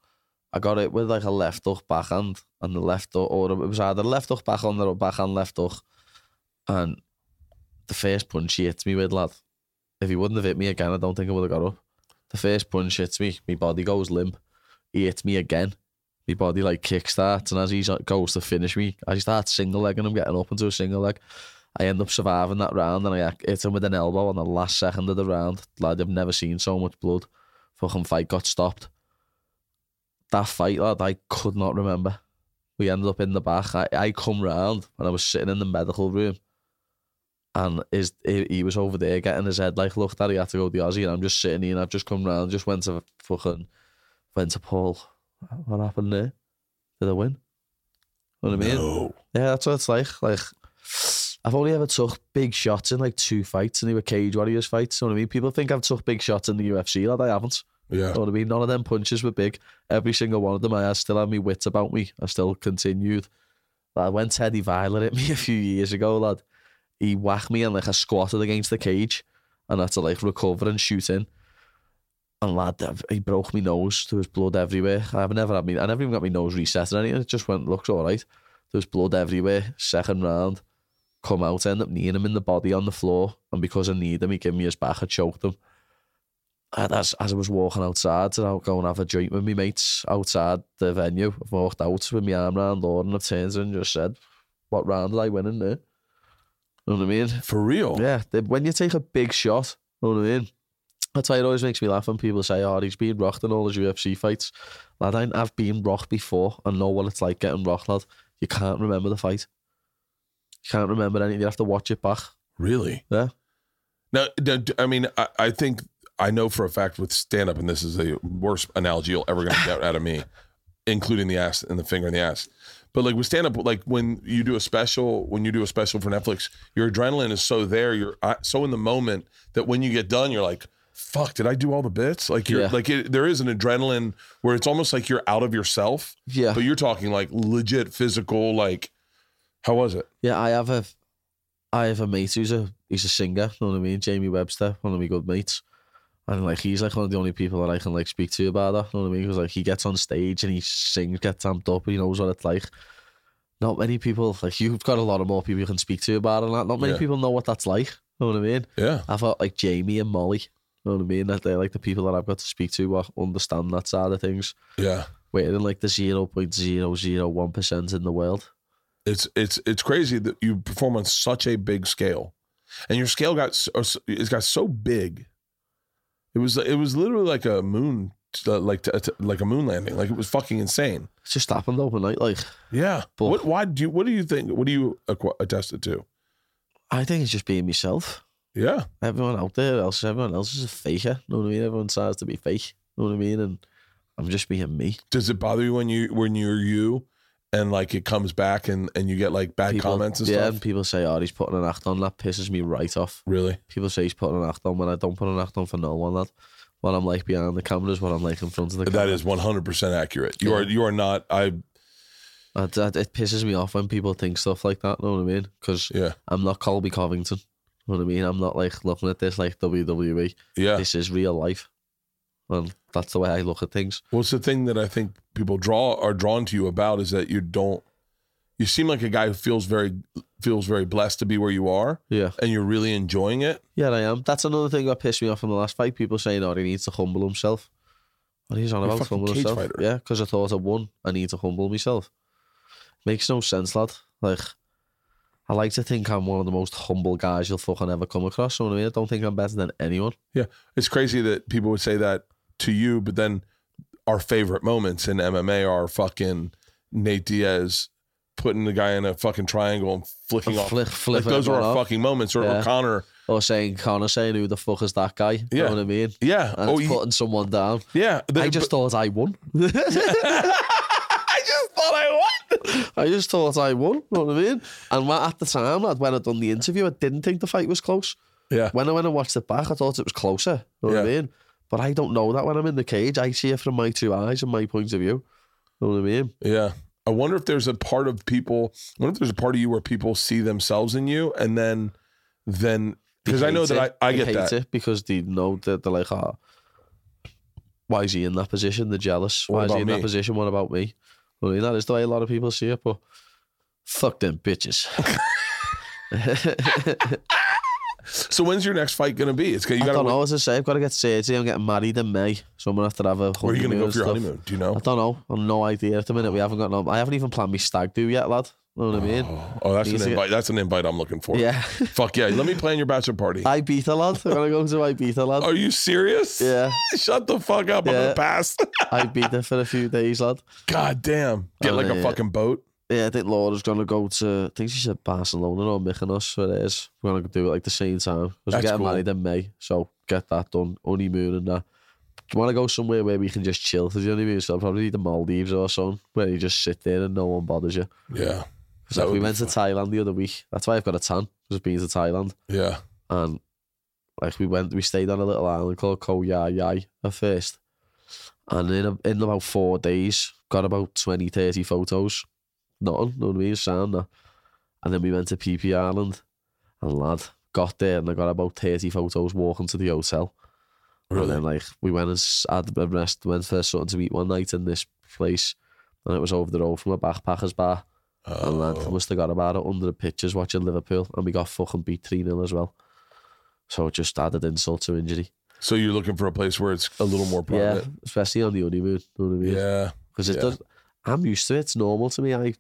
Speaker 2: I got it with like a left hook backhand and the left hook, or it was either left hook backhand or a backhand left hook. And the first punch he hits me with, lad. If he wouldn't have hit me again, I don't think I would have got up. The first punch hits me, my body goes limp. He hits me again. My body like kickstarts, and as he goes to finish me, I start single legging him, getting up into a single leg. I end up surviving that round and I hit him with an elbow on the last second of the round. Lad, I've never seen so much blood. Fucking fight got stopped. That fight, lad, I could not remember. We ended up in the back. I, I come round when I was sitting in the medical room and his, he, he was over there getting his head like looked at. He had to go the Aussie and I'm just sitting here and I've just come round, just went to fucking, went to Paul. What happened there? Did I win? Know What I mean?
Speaker 1: no,
Speaker 2: Yeah, that's what it's like. Like, I've only ever took big shots in like two fights, and they were cage warriors fights. You know what I mean? People think I've took big shots in the UFC, lad. I haven't.
Speaker 1: yeah,
Speaker 2: You know what I mean? None of them punches were big. Every single one of them, I had- still had me wits about me. I still continued. Like, when Teddy Violet hit me a few years ago, lad, he whacked me and like I squatted against the cage. and had to like recover and shoot in. And lad, he broke my nose. There was blood everywhere. I've never had me. I never even got my nose reset or anything. It just went looks all right. There was blood everywhere. Second round, come out, end up kneeing him in the body on the floor, and because I kneed him, he gave me his back. I choked him. And as, as I was walking outside to now go and have a drink with my mates outside the venue, I've walked out with my arm round Lauren. I've turned and just said, "What round did I win in there?" You know what I mean?
Speaker 1: For real.
Speaker 2: Yeah, they, when you take a big shot, you know what I mean? That's why it always makes me laugh when people say, oh, he's been rocked in all his UFC fights. Lad, I- I've been rocked before. I know what it's like getting rocked, lad. You can't remember the fight. You can't remember anything. You have to watch it back.
Speaker 1: Really?
Speaker 2: Yeah.
Speaker 1: Now, d- d- I mean, I, I think I know for a fact with stand up, and this is the worst analogy you'll ever gonna get out of me, including the ass and the finger in the ass. But like with stand up, like when you do a special, when you do a special for Netflix, your adrenaline is so there, you're uh, so in the moment that when you get done, you're like, "Fuck, did I do all the bits?" Like you're
Speaker 2: Yeah.
Speaker 1: like it, there is an adrenaline where it's almost like you're out of yourself.
Speaker 2: Yeah.
Speaker 1: But you're talking like legit physical. Like, how was it?
Speaker 2: Yeah, I have a, I have a mate who's a he's a singer. You know what I mean? Jamie Webster, one of my good mates, and like he's like one of the only people that I can like speak to about that. You know what I mean? Because like he gets on stage and he sings, gets amped up, and he knows what it's like. Not many people like you've got a lot of more people you can speak to about it. and that. Not many
Speaker 1: Yeah.
Speaker 2: people know what that's like. You know what I mean?
Speaker 1: Yeah.
Speaker 2: I've got like Jamie and Molly. You know what I mean? That they're like the people that I've got to speak to what understand that side of things.
Speaker 1: Yeah.
Speaker 2: We're in like the zero point zero zero one percent in the world.
Speaker 1: It's it's it's crazy that you perform on such a big scale, and your scale got so, it's got so big. It was it was literally like a moon, uh, like like a moon landing. Like it was fucking insane.
Speaker 2: It's just happened overnight, like.
Speaker 1: Yeah.
Speaker 2: But-
Speaker 1: what? Why do you? What do you think? What do you acqu- attest it to?
Speaker 2: I think it's just being myself.
Speaker 1: Yeah.
Speaker 2: Everyone out there else, everyone else is a faker. Know what I mean? Everyone tries to be fake. Know what I mean? And I'm just being me.
Speaker 1: Does it bother you when you when you're you, and like it comes back and and you get like bad
Speaker 2: People-
Speaker 1: comments and
Speaker 2: yeah,
Speaker 1: stuff?
Speaker 2: and people say, "Oh, he's putting an act on." That pisses me right off.
Speaker 1: Really?
Speaker 2: People say he's putting an act on when I don't put an act on for no one. That what I'm like behind the camera is what I'm like in front of the.
Speaker 1: That is 100 percent accurate. You
Speaker 2: Yeah.
Speaker 1: are you are not. I
Speaker 2: camera. That- that- it pisses me off when people think stuff like that. Know what I mean? Because
Speaker 1: yeah
Speaker 2: I'm not Colby Covington. Know what I mean? I'm not like looking at this like WWE.
Speaker 1: yeah.
Speaker 2: This is real life, and that's the way I look at things.
Speaker 1: Well, it's the thing that I think people draw are drawn to you about is that you don't. You seem like a guy who feels very feels very blessed to be where you are,
Speaker 2: Yeah.
Speaker 1: and you're really enjoying it.
Speaker 2: Yeah, I am. That's another thing that pissed me off in the last fight. People saying, "Oh, he needs to humble himself." What are you on
Speaker 1: You're a
Speaker 2: about?
Speaker 1: fucking
Speaker 2: Humble
Speaker 1: cage
Speaker 2: himself?
Speaker 1: fighter.
Speaker 2: Yeah, because I thought I won. I need to humble myself. Makes no sense, lad. Like, I like to think I'm one of the most humble guys you'll fucking ever come across. You know what I mean? I don't think I'm better than anyone.
Speaker 1: It's crazy that people would say that to you, but then our favorite moments in MMA are fucking Nate Diaz putting the guy in a fucking triangle and flicking off.
Speaker 2: Flick,
Speaker 1: like
Speaker 2: flick
Speaker 1: those are our
Speaker 2: off.
Speaker 1: fucking moments, or,
Speaker 2: Yeah.
Speaker 1: or Connor.
Speaker 2: Or saying Connor saying, "Who the fuck is that guy?" You
Speaker 1: Yeah.
Speaker 2: know what I mean?
Speaker 1: Yeah.
Speaker 2: And
Speaker 1: oh,
Speaker 2: it's
Speaker 1: ye-
Speaker 2: putting someone down.
Speaker 1: yeah. The-
Speaker 2: I just thought I won.
Speaker 1: I just thought I won.
Speaker 2: I just thought I won. You know what I mean? And when- at the time, lad, when I done the interview, I didn't think the fight was close.
Speaker 1: Yeah.
Speaker 2: When I went and watched it back, I thought it was closer. You know what I mean? But I don't know that when I'm in the cage. I see it from my two eyes and my point of view. You know what I mean?
Speaker 1: Yeah. I wonder if there's a part of people, I wonder if there's a part of you where people see themselves in you and then, then, because I know
Speaker 2: hate
Speaker 1: that
Speaker 2: it.
Speaker 1: I, I
Speaker 2: They
Speaker 1: get
Speaker 2: hate
Speaker 1: that.
Speaker 2: it because they know that they're like, oh, why is he in that position? They're jealous.
Speaker 1: What
Speaker 2: why is he
Speaker 1: about
Speaker 2: in
Speaker 1: me?"
Speaker 2: that position? What about me? You know what I mean, that is the way a lot of people see it, but fuck them bitches.
Speaker 1: So when's your next fight going to be? It's gonna, you
Speaker 2: I
Speaker 1: got
Speaker 2: don't
Speaker 1: to,
Speaker 2: know what to say. I've got to get surgery. I'm getting married in May, so I'm gonna have to have a.
Speaker 1: where are you going to go
Speaker 2: and
Speaker 1: for your
Speaker 2: stuff.
Speaker 1: honeymoon? Do you know?
Speaker 2: I don't know. I've no idea at the minute. We haven't got no. I haven't even planned my stag do yet, lad. You know what I mean?
Speaker 1: Oh, oh, that's an
Speaker 2: Needs to get-
Speaker 1: invite. That's an invite I'm looking for.
Speaker 2: Yeah,
Speaker 1: Fuck yeah. Let me plan your bachelor party.
Speaker 2: Ibiza, lad. We're gonna go to Ibiza, lad.
Speaker 1: Are you serious?
Speaker 2: Yeah,
Speaker 1: Shut the fuck up. I'm going
Speaker 2: Yeah.
Speaker 1: to pass.
Speaker 2: Ibiza for a few days, lad.
Speaker 1: God damn. Get
Speaker 2: Oh,
Speaker 1: like a
Speaker 2: yeah.
Speaker 1: fucking boat.
Speaker 2: Yeah, I think Laura's gonna go to. I think she said Barcelona or Mykonos. Where it is, we're gonna do it like the same time because
Speaker 1: That's
Speaker 2: we're getting
Speaker 1: cool.
Speaker 2: married in May. So get that done, honeymoon and that. Do you want to go somewhere where we can just chill? Do you know what I mean? So probably the Maldives or something, where you just sit there and no one bothers you.
Speaker 1: Yeah.
Speaker 2: Because
Speaker 1: That
Speaker 2: like,
Speaker 1: would
Speaker 2: we
Speaker 1: be
Speaker 2: went to Thailand the other week. That's why I've got a tan. Just been to Thailand,
Speaker 1: Yeah.
Speaker 2: and like we went, we stayed on a little island called Koh Yai Yai at first, and in a, in about four days, got about 20, 30 photos. Nothing, know what I mean? Sound that. And then we went to PP Island, and lad, got there and I got about 30 photos walking to the hotel. And then like we went and s- had a rest, went for something to eat one night in this place, and it was over the road from a backpackers bar. And lad
Speaker 1: Oh.
Speaker 2: must have got about 100 pictures watching Liverpool, and we got fucking beat 3 0 as well. So it just added insult to injury.
Speaker 1: So you're looking for a place where it's a little more
Speaker 2: Yeah,
Speaker 1: private.
Speaker 2: especially on the honeymoon. You know what I mean?
Speaker 1: Yeah.
Speaker 2: Because it
Speaker 1: Yeah.
Speaker 2: does. I'm used to it. It's normal to me. I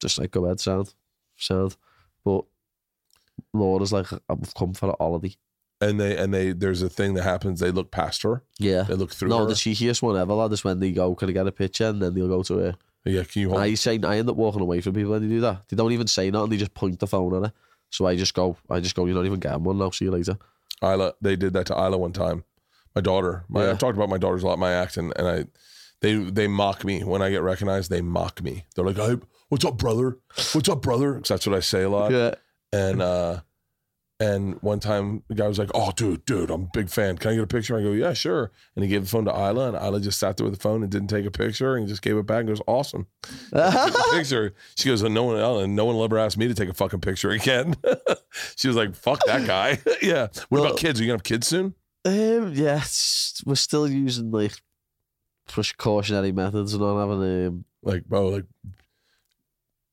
Speaker 2: just like go bed sound, sound. But Laura's like, I've come for a holiday.
Speaker 1: And they and they there's a thing that happens. They look past her.
Speaker 2: Yeah.
Speaker 1: They look through
Speaker 2: No,
Speaker 1: her.
Speaker 2: the cheekiest one ever, lad, is when they go, can I get a picture? And then they'll go to her.
Speaker 1: yeah. Can you hold?
Speaker 2: I say, I end up walking away from people when they do that. They don't even say nothing. They just point the phone at her. So I just go, I just go, you're not even getting one now. See you later.
Speaker 1: Isla, they did that to Isla one time. My daughter. My,
Speaker 2: Yeah.
Speaker 1: I've talked about my daughters a lot. My act and, and I, they they mock me when I get recognized. They mock me. They're like, "Hey, what's up, brother? What's up, brother?" 'Cause that's what I say a lot.
Speaker 2: yeah.
Speaker 1: And uh, and one time the guy was like, "Oh, dude, dude, I'm a big fan. Can I get a picture?" I go, "Yeah, sure." And he gave the phone to Isla, and Isla just sat there with the phone and didn't take a picture, and just gave it back and goes, "Awesome." Took the picture. She goes, "And no one, else, and no one will ever ask me to take a fucking picture again." she was like, "Fuck that guy." yeah. What
Speaker 2: Well-
Speaker 1: about kids? Are you gonna have kids soon?
Speaker 2: Um, yeah, it's- we're still using like precautionary methods and not having um,
Speaker 1: Like, bro, like,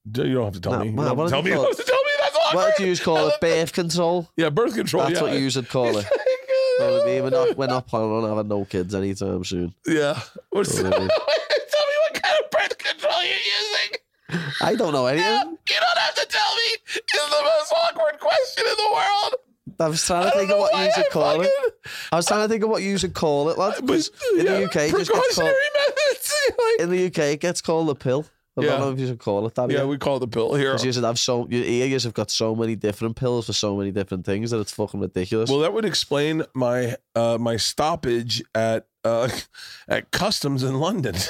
Speaker 1: d- you don't have to tell
Speaker 2: Nah,
Speaker 1: me. You
Speaker 2: man,
Speaker 1: don't have
Speaker 2: what
Speaker 1: to tell
Speaker 2: do
Speaker 1: me.
Speaker 2: you
Speaker 1: You don't
Speaker 2: call
Speaker 1: have to tell me. That's awkward.
Speaker 2: what do you call it? Birth control.
Speaker 1: Yeah, birth control.
Speaker 2: That's
Speaker 1: yeah.
Speaker 2: what you would call it. You know what I mean? We're not, we're not planning on having no kids anytime soon.
Speaker 1: Yeah. What's-
Speaker 2: You know
Speaker 1: tell
Speaker 2: what I
Speaker 1: me
Speaker 2: mean?
Speaker 1: what kind of birth control you're using.
Speaker 2: I don't know anything.
Speaker 1: You don't have to tell me. It's the most awkward question in the world.
Speaker 2: I was trying
Speaker 1: I
Speaker 2: to
Speaker 1: don't
Speaker 2: think
Speaker 1: know
Speaker 2: of what
Speaker 1: why
Speaker 2: you
Speaker 1: I
Speaker 2: should call it.
Speaker 1: fucking-
Speaker 2: I was trying to think of what you should call it, lad.
Speaker 1: but,
Speaker 2: 'cause in
Speaker 1: yeah,
Speaker 2: the UK, it just
Speaker 1: precautionary
Speaker 2: gets called,
Speaker 1: methods. like-
Speaker 2: in the UK, it gets called a pill. I
Speaker 1: Yeah.
Speaker 2: don't know if you should call it that.
Speaker 1: yeah,
Speaker 2: Yeah,
Speaker 1: we call it the pill here.
Speaker 2: because you should have so your ears have got so many different pills for so many different things that it's fucking ridiculous.
Speaker 1: uh, Well, that would explain my uh, my stoppage at uh, at customs in London.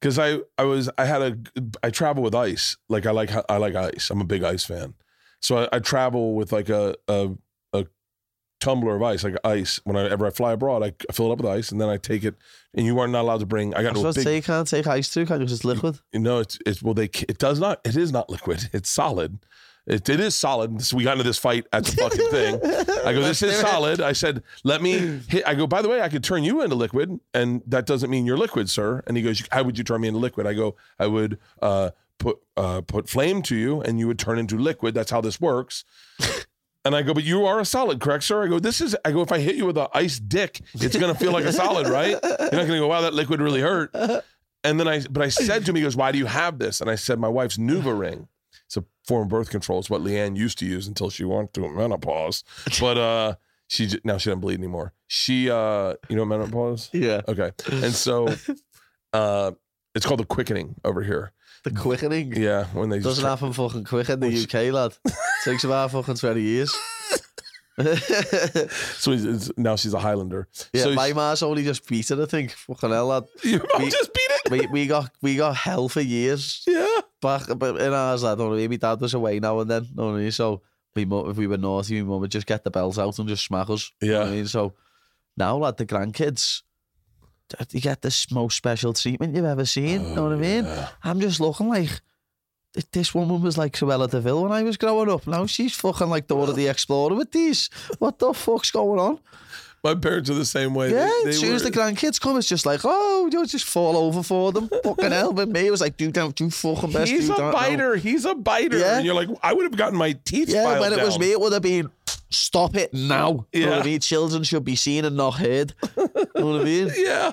Speaker 1: Because I, I was I had a I travel with ice like I like I like ice I'm a big ice fan so I, I travel with like a, a a tumbler of ice like ice whenever I fly abroad I, I fill it up with ice and then I take it and you are not allowed to bring I
Speaker 2: I
Speaker 1: got
Speaker 2: was
Speaker 1: no
Speaker 2: about to
Speaker 1: big
Speaker 2: say you can't take ice through because it's liquid.
Speaker 1: no, it's it's well they it does not it is not liquid. It's solid. It, it is solid. So we got into this fight at the fucking thing. I go, this is solid. I said, let me hit. I go, by the way, I could turn you into liquid, and that doesn't mean you're liquid, sir. And he goes, how would you turn me into liquid? I go, I would uh, put uh, put flame to you, and you would turn into liquid. That's how this works. And I go, but you are a solid, correct, sir? I go, this is. I go, if I hit you with an ice dick, it's gonna feel like a solid, right? You're not gonna go, wow, that liquid really hurt. And then I, but I said to him, he goes, why do you have this? And I said, my wife's Nuva ring. It's a form of birth control. It's what Leanne used to use until she went through menopause. But uh, she j- now she doesn't bleed anymore. She, uh, you know, menopause.
Speaker 2: Yeah,
Speaker 1: Okay, and so uh, it's called the quickening over here.
Speaker 2: the quickening
Speaker 1: Yeah, when they just
Speaker 2: doesn't happen fucking quick in the
Speaker 1: Oh,
Speaker 2: UK, lad. Takes about fucking twenty years.
Speaker 1: so it's, it's, now she's a Highlander.
Speaker 2: Yeah,
Speaker 1: so
Speaker 2: my ma's only just beat it, I think. Fucking hell, lad.
Speaker 1: you
Speaker 2: we-
Speaker 1: just beat it.
Speaker 2: We, we got we got hell for years
Speaker 1: Yeah,
Speaker 2: back but in ours, lad. Know what I mean? My dad was away now and then. Know what I mean? So we mum, if we were naughty, my mum would just get the bells out and just smack us. Know what I
Speaker 1: Yeah.
Speaker 2: mean? So now, lad, the grandkids, you get the most special treatment you've ever seen. know what I mean?
Speaker 1: Oh, Yeah.
Speaker 2: I'm just looking like th- this woman was like Cruella de Vil when I was growing up. Now she's fucking like Dora the Explorer with these. What the fuck's going on?
Speaker 1: My parents are the same way. They-
Speaker 2: Yeah,
Speaker 1: they
Speaker 2: as soon as
Speaker 1: were-
Speaker 2: the grandkids come, it's just like, oh, you just fall over for them. fucking hell, but me, it was like, do don't do fucking best.
Speaker 1: He's
Speaker 2: do
Speaker 1: a
Speaker 2: don't know.
Speaker 1: biter. He's a biter.
Speaker 2: Yeah.
Speaker 1: And you're like, I would have gotten my teeth.
Speaker 2: Yeah,
Speaker 1: filed
Speaker 2: when it was
Speaker 1: down.
Speaker 2: me, it would have been, stop it now. You know what I
Speaker 1: Yeah.
Speaker 2: mean? Children should be seen and not heard. you know what I mean?
Speaker 1: yeah.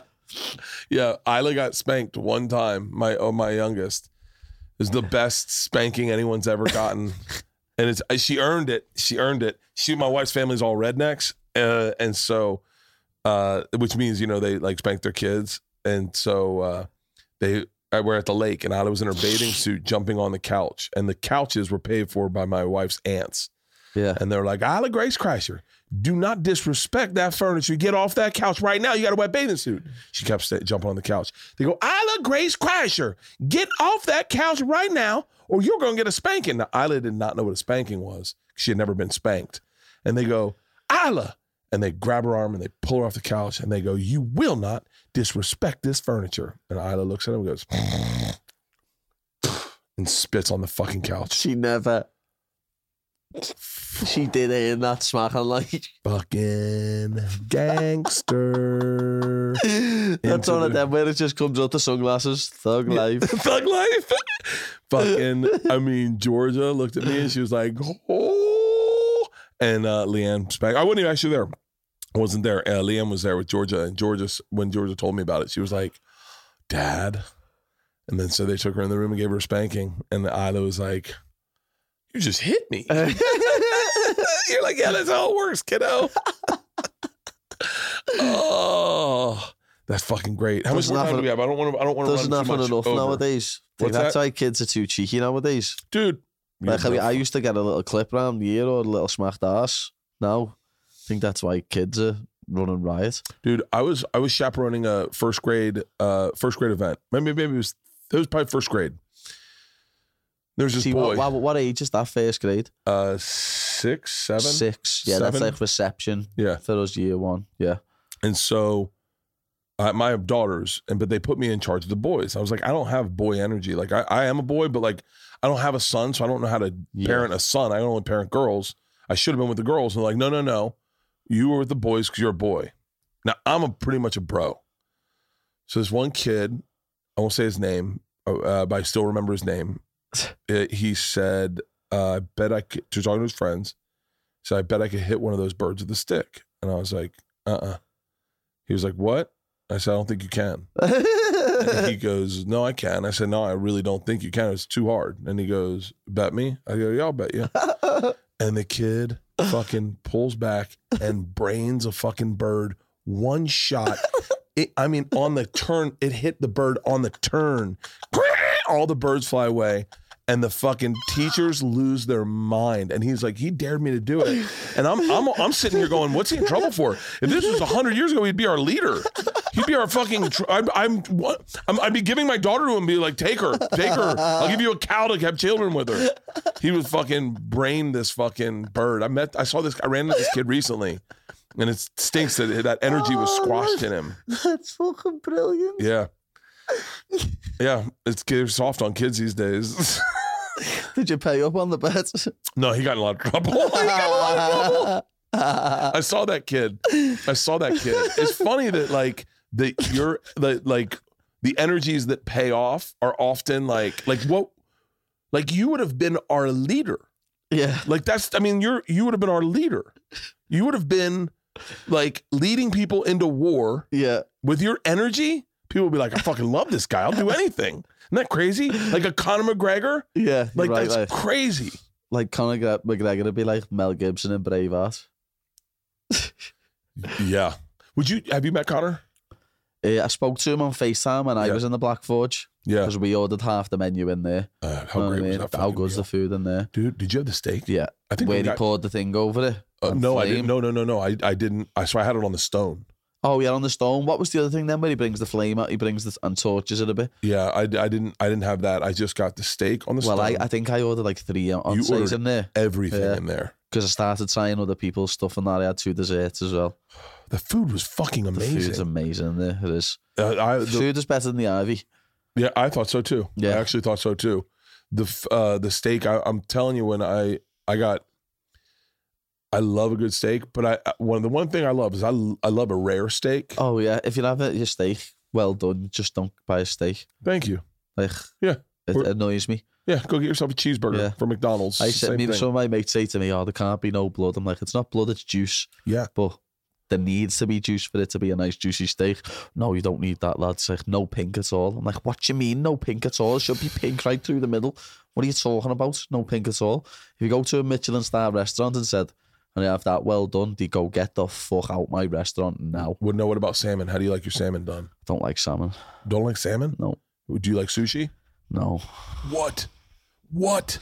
Speaker 1: Yeah. Isla got spanked one time. My oh my youngest. It was the best spanking anyone's ever gotten. and it's she earned it. She earned it. She my wife's family's all rednecks. Uh, and so uh, which means, you know, they like spank their kids. And so uh they I were at the lake and Isla was in her bathing suit jumping on the couch. And the couches were paid for by my wife's aunts.
Speaker 2: Yeah.
Speaker 1: And they're like, Isla Grace Crasher, do not disrespect that furniture. Get off that couch right now. You got a wet bathing suit. She kept sta- jumping on the couch. They go, Isla Grace Crasher, get off that couch right now or you're going to get a spanking. Now, Isla did not know what a spanking was. She had never been spanked. And they go, Isla. And they grab her arm and they pull her off the couch and they go, You will not disrespect this furniture. And Isla looks at him and goes, and spits on the fucking couch.
Speaker 2: She never She did it in that smack and like
Speaker 6: Fucking gangster.
Speaker 2: that's
Speaker 6: Into
Speaker 2: one of
Speaker 6: the-
Speaker 2: them where it just comes out the sunglasses. Thug life.
Speaker 6: Thug life. Fucking, I mean, Georgia looked at me and she was like, oh. And uh, Leanne Spack, I wasn't even actually there. I wasn't there. Uh, Leanne was there with Georgia. And Georgia, when Georgia told me about it, she was like, Dad. And then so they took her in the room and gave her a spanking. And Isla was like, You just hit me. You're like, Yeah, that's how it works, kiddo. oh, that's fucking great. How
Speaker 2: There's
Speaker 1: much more time
Speaker 2: nothing-
Speaker 1: do we have? I don't want to. I don't want to.
Speaker 2: There's nothing enough nowadays.
Speaker 1: What's
Speaker 2: that's
Speaker 1: that?
Speaker 2: why kids are too cheeky nowadays.
Speaker 1: dude.
Speaker 2: Like I, mean, I used to get a little clip around the ear or a little smacked ass. Now, I think that's why kids are running riot.
Speaker 1: dude i was i was chaperoning a first grade uh first grade event maybe maybe it was it was probably first grade there's this
Speaker 2: See,
Speaker 1: boy
Speaker 2: what, what, what age is that first grade?
Speaker 1: uh six seven
Speaker 2: Six. Yeah, that's
Speaker 1: Seven?
Speaker 2: like reception
Speaker 1: yeah
Speaker 2: for us year one. Yeah.
Speaker 1: and so uh, my daughters and but they put me in charge of the boys i was like i don't have boy energy like i, I am a boy but like i don't have a son so i don't know how to
Speaker 2: Yeah.
Speaker 1: parent a son i only parent girls i should have been with the girls and they're like no no no you were with the boys because you're a boy now i'm a pretty much a bro so this one kid i won't say his name uh, uh, but i still remember his name Uh, he said uh, i bet i could to talking to his friends so i bet i could hit one of those birds with a stick and i was like uh-uh he was like, What? I said, I don't think you can. And he goes, No, I can. I said, No, I really don't think you can. It's too hard. And he goes, Bet me? I go, Yeah, I'll bet you. And the kid fucking pulls back and brains a fucking bird one shot. It, I mean, on the turn, it hit the bird on the turn. All the birds fly away. And the fucking teachers lose their mind. And he's like, he dared me to do it. And I'm I'm I'm sitting here going, what's he in trouble for? If this was hundred years ago, he'd be our leader. He'd be our fucking. Tr- I'm I'm, what? I'm I'd be giving my daughter to him, and be like, take her, take her. I'll give you a cow to have children with her. He was fucking brain this fucking bird. I met I saw this. I ran into this kid recently, and it stinks that that energy was squashed in him.
Speaker 2: that's fucking brilliant.
Speaker 1: Yeah. Yeah, it's they're soft on kids these days.
Speaker 2: Did you pay up on the bet?
Speaker 1: no, he got in a lot of trouble. He got in a lot of trouble. I saw that kid. I saw that kid. It's funny that like the your the like the energies that pay off are often like like what like you would have been our leader.
Speaker 2: yeah.
Speaker 1: Like that's I mean you're you would have been our leader. You would have been like leading people into war
Speaker 2: Yeah.
Speaker 1: with your energy. People would be like, I fucking love this guy. I'll do anything. Isn't that crazy? Like a Conor McGregor.
Speaker 2: Yeah.
Speaker 1: Like
Speaker 2: Like, right,
Speaker 1: that's
Speaker 2: like,
Speaker 1: crazy.
Speaker 2: like Conor Gre- McGregor would be like Mel Gibson in Braveheart.
Speaker 1: Yeah. Would you have you met Connor?
Speaker 2: Uh, I spoke to him on FaceTime when I
Speaker 1: Yeah.
Speaker 2: was in the Black Forge
Speaker 1: Yeah.
Speaker 2: because we ordered half the menu in there.
Speaker 1: Uh, how
Speaker 2: know what I
Speaker 1: great was
Speaker 2: mean?
Speaker 1: that?
Speaker 2: How
Speaker 1: fucking
Speaker 2: good's
Speaker 1: meal?
Speaker 2: the food in there?
Speaker 1: Dude, did you have the steak?
Speaker 2: Yeah.
Speaker 1: I think we
Speaker 2: Where he
Speaker 1: got-
Speaker 2: poured the thing over it.
Speaker 1: uh,
Speaker 2: and
Speaker 1: no, I didn't.
Speaker 2: flame.
Speaker 1: No, no, no, no. I, I didn't. I so I had it on the stone.
Speaker 2: Oh, yeah, on the stone. What was the other thing then where he brings the flame out? He brings the and torches it a bit.
Speaker 1: Yeah, I, I didn't. I didn't have that. I just got the steak on the
Speaker 2: Well, I,
Speaker 1: stone.
Speaker 2: I think I ordered like three on
Speaker 1: ordered-
Speaker 2: in there
Speaker 1: Everything
Speaker 2: Yeah.
Speaker 1: in there.
Speaker 2: because I started trying other people's stuff and that. I had two desserts as well.
Speaker 1: The food was fucking
Speaker 2: The food's
Speaker 1: amazing.
Speaker 2: amazing in there. It is.
Speaker 1: Uh, I,
Speaker 2: The
Speaker 1: the,
Speaker 2: food is better than the Ivy.
Speaker 1: yeah, I thought so too. I
Speaker 2: Yeah.
Speaker 1: actually thought so too. The f- uh, the steak. I, I'm telling you, when I I got, I love a good steak. But I- I one the one thing I love is I l- I love a rare steak.
Speaker 2: Oh, yeah. If you have it, your steak, well done. Just don't buy a steak.
Speaker 1: Thank you.
Speaker 2: Like,
Speaker 1: Yeah.
Speaker 2: It
Speaker 1: We're-
Speaker 2: annoys me.
Speaker 1: Yeah, go get yourself a cheeseburger
Speaker 2: Yeah.
Speaker 1: from McDonald's.
Speaker 2: I
Speaker 1: It's the
Speaker 2: said,
Speaker 1: same
Speaker 2: me,
Speaker 1: thing.
Speaker 2: some of my mates say to me, "Oh, there can't be no blood." I'm like, "It's not blood; it's juice."
Speaker 1: Yeah.
Speaker 2: but there needs to be juice for it to be a nice juicy steak. No, you don't need that, lad. It's like no pink at all. I'm like, "What do you mean no pink at all? It should be pink right through the middle." What are you talking about? No pink at all. If you go to a Michelin star restaurant and said, "And I have that well done," they go get the fuck out my restaurant now.
Speaker 1: Well, no, what about salmon? How do you like your salmon done?
Speaker 2: I don't like salmon.
Speaker 1: Don't like salmon?
Speaker 2: No,
Speaker 1: Do you like sushi?
Speaker 2: no,
Speaker 1: What? What?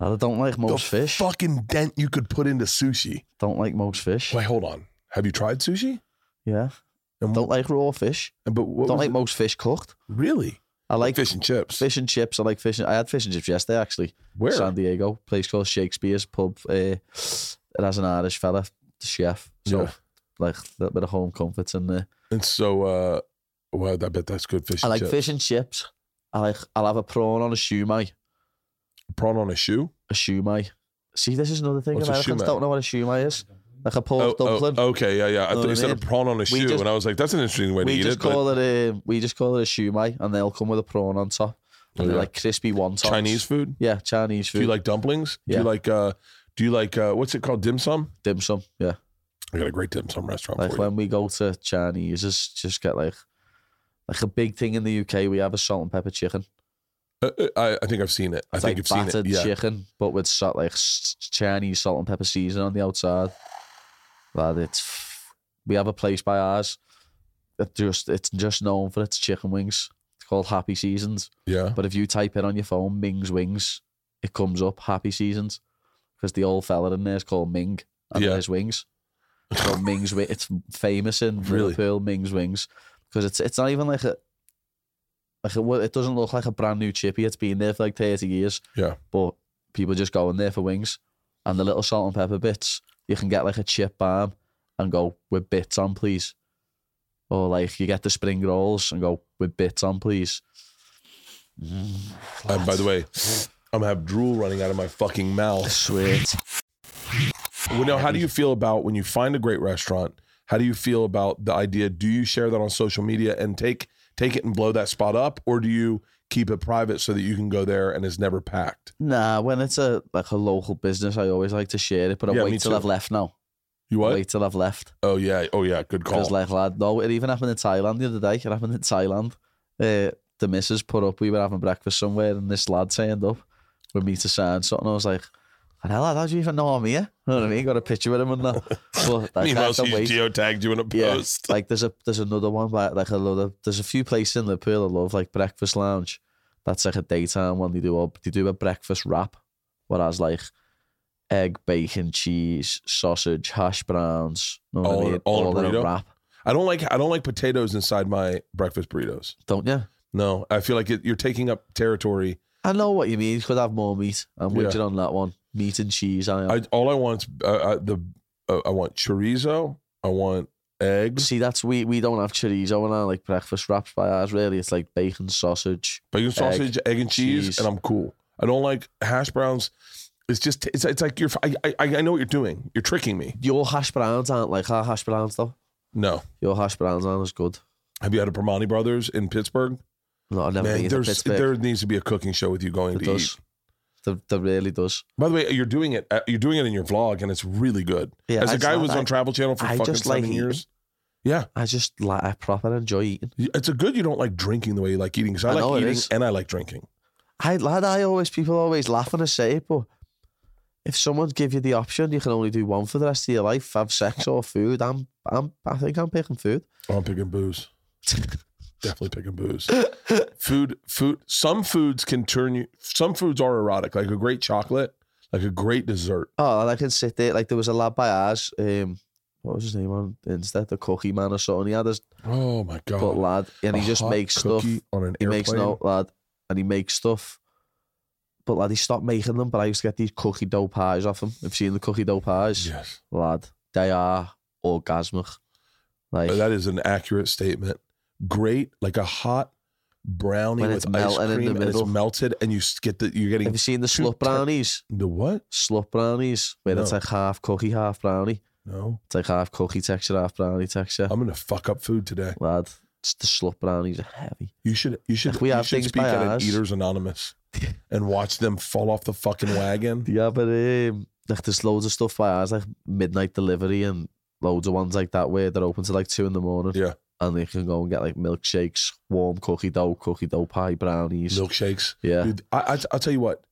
Speaker 2: I don't like
Speaker 1: The
Speaker 2: most fish.
Speaker 1: fucking dent you could put into sushi.
Speaker 2: don't like most fish.
Speaker 1: Wait, hold on. Have you tried sushi?
Speaker 2: Yeah,
Speaker 1: And-
Speaker 2: don't like raw fish.
Speaker 1: But what
Speaker 2: Don't
Speaker 1: was
Speaker 2: like
Speaker 1: it?
Speaker 2: most fish cooked.
Speaker 1: really
Speaker 2: I like
Speaker 1: fish and chips.
Speaker 2: fish and chips. I like fish. And, I had fish and chips yesterday actually.
Speaker 1: Where?
Speaker 2: San Diego place called Shakespeare's Pub. Uh, it has an Irish fella, the chef. So
Speaker 1: Yeah.
Speaker 2: like a little bit of home comforts in there.
Speaker 1: And so, uh, well, I bet that's good fish.
Speaker 2: I
Speaker 1: and
Speaker 2: like
Speaker 1: chips.
Speaker 2: fish and chips. I like. I'll have a prawn on a shumai.
Speaker 1: Prawn on a shoe.
Speaker 2: A shumai. See, this is another thing.
Speaker 1: What's a
Speaker 2: Americans
Speaker 1: shumai?
Speaker 2: don't know what a shumai is. Like a
Speaker 1: Oh,
Speaker 2: pork
Speaker 1: oh,
Speaker 2: dumpling.
Speaker 1: okay, yeah, yeah. I
Speaker 2: Know
Speaker 1: thought
Speaker 2: what I
Speaker 1: you said a
Speaker 2: mean?
Speaker 1: prawn on a shoe,
Speaker 2: just-
Speaker 1: and I was like, that's an interesting way to
Speaker 2: we
Speaker 1: eat
Speaker 2: just
Speaker 1: it. But
Speaker 2: call it, a we just call it a shumai, and they'll come with a prawn on top,
Speaker 1: Oh,
Speaker 2: and
Speaker 1: Yeah.
Speaker 2: they're like crispy wontons.
Speaker 1: Chinese food?
Speaker 2: yeah, Chinese
Speaker 1: Do
Speaker 2: food.
Speaker 1: you like dumplings? Do
Speaker 2: Yeah.
Speaker 1: you like uh do you like uh what's it called? Dim sum?
Speaker 2: dim sum? Yeah,
Speaker 1: I got a great dim sum restaurant
Speaker 2: like
Speaker 1: for you.
Speaker 2: when we go to Chinese, just just get like like a big thing in the UK. We have a salt and pepper chicken.
Speaker 1: Uh, uh, I, I think I've seen it. I
Speaker 2: It's
Speaker 1: think
Speaker 2: like
Speaker 1: I've seen
Speaker 2: battered
Speaker 1: it. Yeah.
Speaker 2: chicken, but with salt like s- Chinese salt and pepper seasoning on the outside. Lad, it's f- we have a place by ours. That just it's just known for its chicken wings. It's called Happy Seasons.
Speaker 1: Yeah.
Speaker 2: But if you type in on your phone Ming's Wings, it comes up Happy Seasons because the old fella in there is called Ming and
Speaker 1: Yeah.
Speaker 2: his wings. So Ming's Wings, it's famous in
Speaker 1: Really?
Speaker 2: Liverpool, Ming's Wings, because it's it's not even like a like a, it doesn't look like a brand new chippy. It's been there for like thirty years.
Speaker 1: Yeah.
Speaker 2: but people just go in there for wings and the little salt and pepper bits. You can get like a chip balm and go with bits on, please. Or like you get the spring rolls and go with bits on, please.
Speaker 1: And by the way, I'm gonna have drool running out of my fucking mouth.
Speaker 2: Sweet.
Speaker 1: Well, now, how do you feel about when you find a great restaurant? How do you feel about the idea? Do you share that on social media and take take it and blow that spot up, or do you keep it private so that you can go there and it's never packed?
Speaker 2: Nah, when it's a like a local business, I always like to share it, but I
Speaker 1: Yeah, me
Speaker 2: wait till
Speaker 1: too.
Speaker 2: I've left now.
Speaker 1: You
Speaker 2: I
Speaker 1: what?
Speaker 2: Wait till I've left
Speaker 1: Oh yeah, oh yeah, good call.
Speaker 2: because, like, lad, no, it even happened in Thailand the other day. It happened in Thailand. Uh, the missus put up. We were having breakfast somewhere, and this lad turned up with me to sign something. I was like, "Hell, lad, how do you even know I'm here?" You know what I mean? Got a picture with him and that. But like, I
Speaker 1: Meanwhile,
Speaker 2: can
Speaker 1: she's
Speaker 2: wait.
Speaker 1: geotagged you in a
Speaker 2: Yeah,
Speaker 1: post.
Speaker 2: like there's a there's another one like like another there's a few places in Liverpool I love like Breakfast Lounge. That's like a daytime one. They do a, they do a breakfast wrap, whereas like egg, bacon, cheese, sausage, hash browns. Know what
Speaker 1: All
Speaker 2: I
Speaker 1: in-
Speaker 2: mean?
Speaker 1: all in a
Speaker 2: in
Speaker 1: burrito?
Speaker 2: a wrap,
Speaker 1: I don't like I don't like potatoes inside my breakfast burritos.
Speaker 2: don't you?
Speaker 1: No, I feel like it, you're taking up territory.
Speaker 2: I know what you mean. You could have more meat. I'm
Speaker 1: Yeah.
Speaker 2: with you on that one. Meat and cheese. I am.
Speaker 1: I all I want is uh, I, the uh, I want chorizo. I want eggs,
Speaker 2: See, that's we we don't have chorizo in our like breakfast wraps by ours. Really, it's like bacon, sausage.
Speaker 1: bacon sausage, egg, and cheese,
Speaker 2: cheese.
Speaker 1: and I'm cool. I don't like hash browns. It's just it's, it's like you're. I, I I know what you're doing. You're tricking me.
Speaker 2: Your hash browns aren't like our hash browns though.
Speaker 1: No,
Speaker 2: Your hash browns aren't as good.
Speaker 1: have you had a Permani Brothers in Pittsburgh?
Speaker 2: No, I've never
Speaker 1: Man,
Speaker 2: been to
Speaker 1: there's
Speaker 2: Pittsburgh.
Speaker 1: there needs to be a cooking show with you going
Speaker 2: It
Speaker 1: to
Speaker 2: does.
Speaker 1: eat.
Speaker 2: There, there really does.
Speaker 1: By the way, you're doing it. uh, You're doing it in your vlog, and it's really good.
Speaker 2: Yeah,
Speaker 1: As
Speaker 2: I
Speaker 1: a
Speaker 2: just
Speaker 1: guy who
Speaker 2: like-
Speaker 1: was on
Speaker 2: I-
Speaker 1: Travel Channel for
Speaker 2: I
Speaker 1: fucking
Speaker 2: just like
Speaker 1: seven
Speaker 2: eating.
Speaker 1: years. Yeah,
Speaker 2: I just like I proper enjoy eating.
Speaker 1: it's a good. You don't like drinking the way you like eating. Because I,
Speaker 2: I know
Speaker 1: like
Speaker 2: it
Speaker 1: eating
Speaker 2: is.
Speaker 1: and I like drinking.
Speaker 2: I lad, I always people always laugh when I say it, but if someone give you the option, you can only do one for the rest of your life: have sex or food. I'm, I'm, I think I'm picking food.
Speaker 1: Oh, I'm picking booze. Definitely picking booze. food, food. Some foods can turn you. Some foods are erotic, like a great chocolate, like a great dessert.
Speaker 2: Oh, and I can sit there. Like there was a lad by ours. Um, what was his name on instead? The Cookie Man or something. He had his
Speaker 1: Oh my god!
Speaker 2: but lad, and he
Speaker 1: A
Speaker 2: just
Speaker 1: hot
Speaker 2: makes stuff.
Speaker 1: cookie on an
Speaker 2: He
Speaker 1: airplane.
Speaker 2: makes no lad, and he makes stuff. But lad, he stopped making them. But I used to get these cookie dough pies off him. Have you seen the cookie dough pies?
Speaker 1: Yes,
Speaker 2: lad, they are orgasmic. Like
Speaker 1: that is an accurate statement. Great, like a hot brownie
Speaker 2: When
Speaker 1: with
Speaker 2: it's
Speaker 1: ice
Speaker 2: melting in the
Speaker 1: cream, and it's
Speaker 2: middle.
Speaker 1: melted, and you s- get the you're
Speaker 2: have
Speaker 1: getting
Speaker 2: you seen the
Speaker 1: two
Speaker 2: slut
Speaker 1: ti-
Speaker 2: brownies?
Speaker 1: the what?
Speaker 2: Slut brownies, where it's
Speaker 1: No.
Speaker 2: like half cookie, half brownie.
Speaker 1: No,
Speaker 2: It's like half cookie texture, half brownie texture.
Speaker 1: I'm gonna fuck up food today.
Speaker 2: Lad, it's the slut brownies are heavy.
Speaker 1: You should you should
Speaker 2: If we
Speaker 1: you
Speaker 2: have
Speaker 1: should
Speaker 2: things
Speaker 1: speak
Speaker 2: by
Speaker 1: at an
Speaker 2: ours-
Speaker 1: Eaters Anonymous and watch them fall off the fucking wagon.
Speaker 2: Yeah, but um, like there's loads of stuff by ours, like midnight delivery and loads of ones like that where they're open to like two in the morning.
Speaker 1: Yeah.
Speaker 2: And you can go and get like milkshakes, warm cookie dough, cookie dough pie, brownies.
Speaker 1: Milkshakes.
Speaker 2: Yeah.
Speaker 1: Dude, I, I I'll tell you what.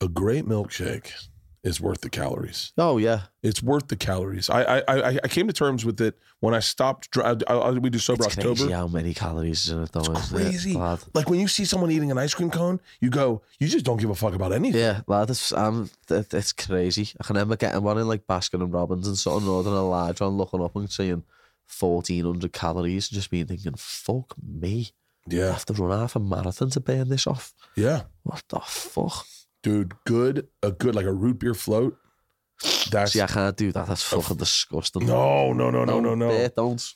Speaker 1: A great milkshake is worth the calories.
Speaker 2: Oh yeah.
Speaker 1: It's worth the calories. I I I, I came to terms with it when I stopped. dr- I, I, we do sober
Speaker 2: It's
Speaker 1: October.
Speaker 2: crazy how many calories is in it though.
Speaker 1: It's
Speaker 2: isn't it,
Speaker 1: crazy.
Speaker 2: lad?
Speaker 1: Like when you see someone eating an ice cream cone, you go, you just don't give a fuck about anything.
Speaker 2: Yeah, lad, it's, um, it, it's crazy. I can remember getting one in like Baskin and Robbins and sort of Northern a large one, looking up and seeing 1400 calories, and just being thinking, fuck me, I
Speaker 1: Yeah,
Speaker 2: have to run half a marathon to burn this off.
Speaker 1: yeah,
Speaker 2: What the fuck?
Speaker 1: dude. Good, a good like a root beer float. That's
Speaker 2: See, I can't do that. That's fucking disgusting.
Speaker 1: no, no, no, no, no,
Speaker 2: Don't
Speaker 1: no.
Speaker 2: do it, don't.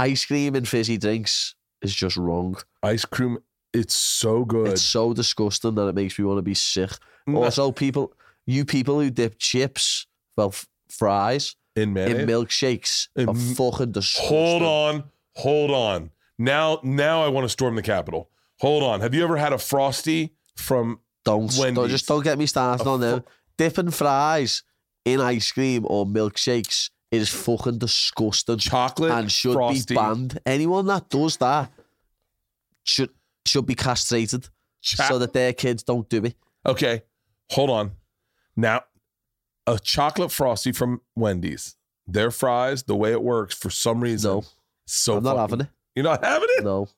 Speaker 2: Ice cream and fizzy drinks is just wrong.
Speaker 1: Ice cream
Speaker 6: It's so good.
Speaker 2: It's so disgusting that it makes me want to be sick.
Speaker 1: Mm.
Speaker 6: No-
Speaker 2: Also, people, you people who dip chips, well, f- fries
Speaker 6: in
Speaker 2: in
Speaker 6: mayonnaise.
Speaker 2: milkshakes
Speaker 6: in
Speaker 2: are
Speaker 6: m-
Speaker 2: fucking disgusting.
Speaker 1: Hold on, hold on. Now, now I want to storm the Capitol. Hold on. Have you ever had a frosty from?
Speaker 2: Don't, don't
Speaker 1: Wendy's.
Speaker 2: just don't get me started
Speaker 1: A
Speaker 2: on them. Dipping fries in ice cream or milkshakes is fucking disgusting
Speaker 1: Chocolate
Speaker 2: and should
Speaker 1: frosty.
Speaker 2: be banned. Anyone that does that should should be castrated
Speaker 1: Cha-
Speaker 2: so that their kids don't do it.
Speaker 1: okay, hold on. Now, a chocolate frosty from Wendy's. Their fries, the way it works, for some reason,
Speaker 2: No,
Speaker 1: so
Speaker 2: I'm not
Speaker 1: fucking-
Speaker 2: having it.
Speaker 1: You're not having it.
Speaker 2: No.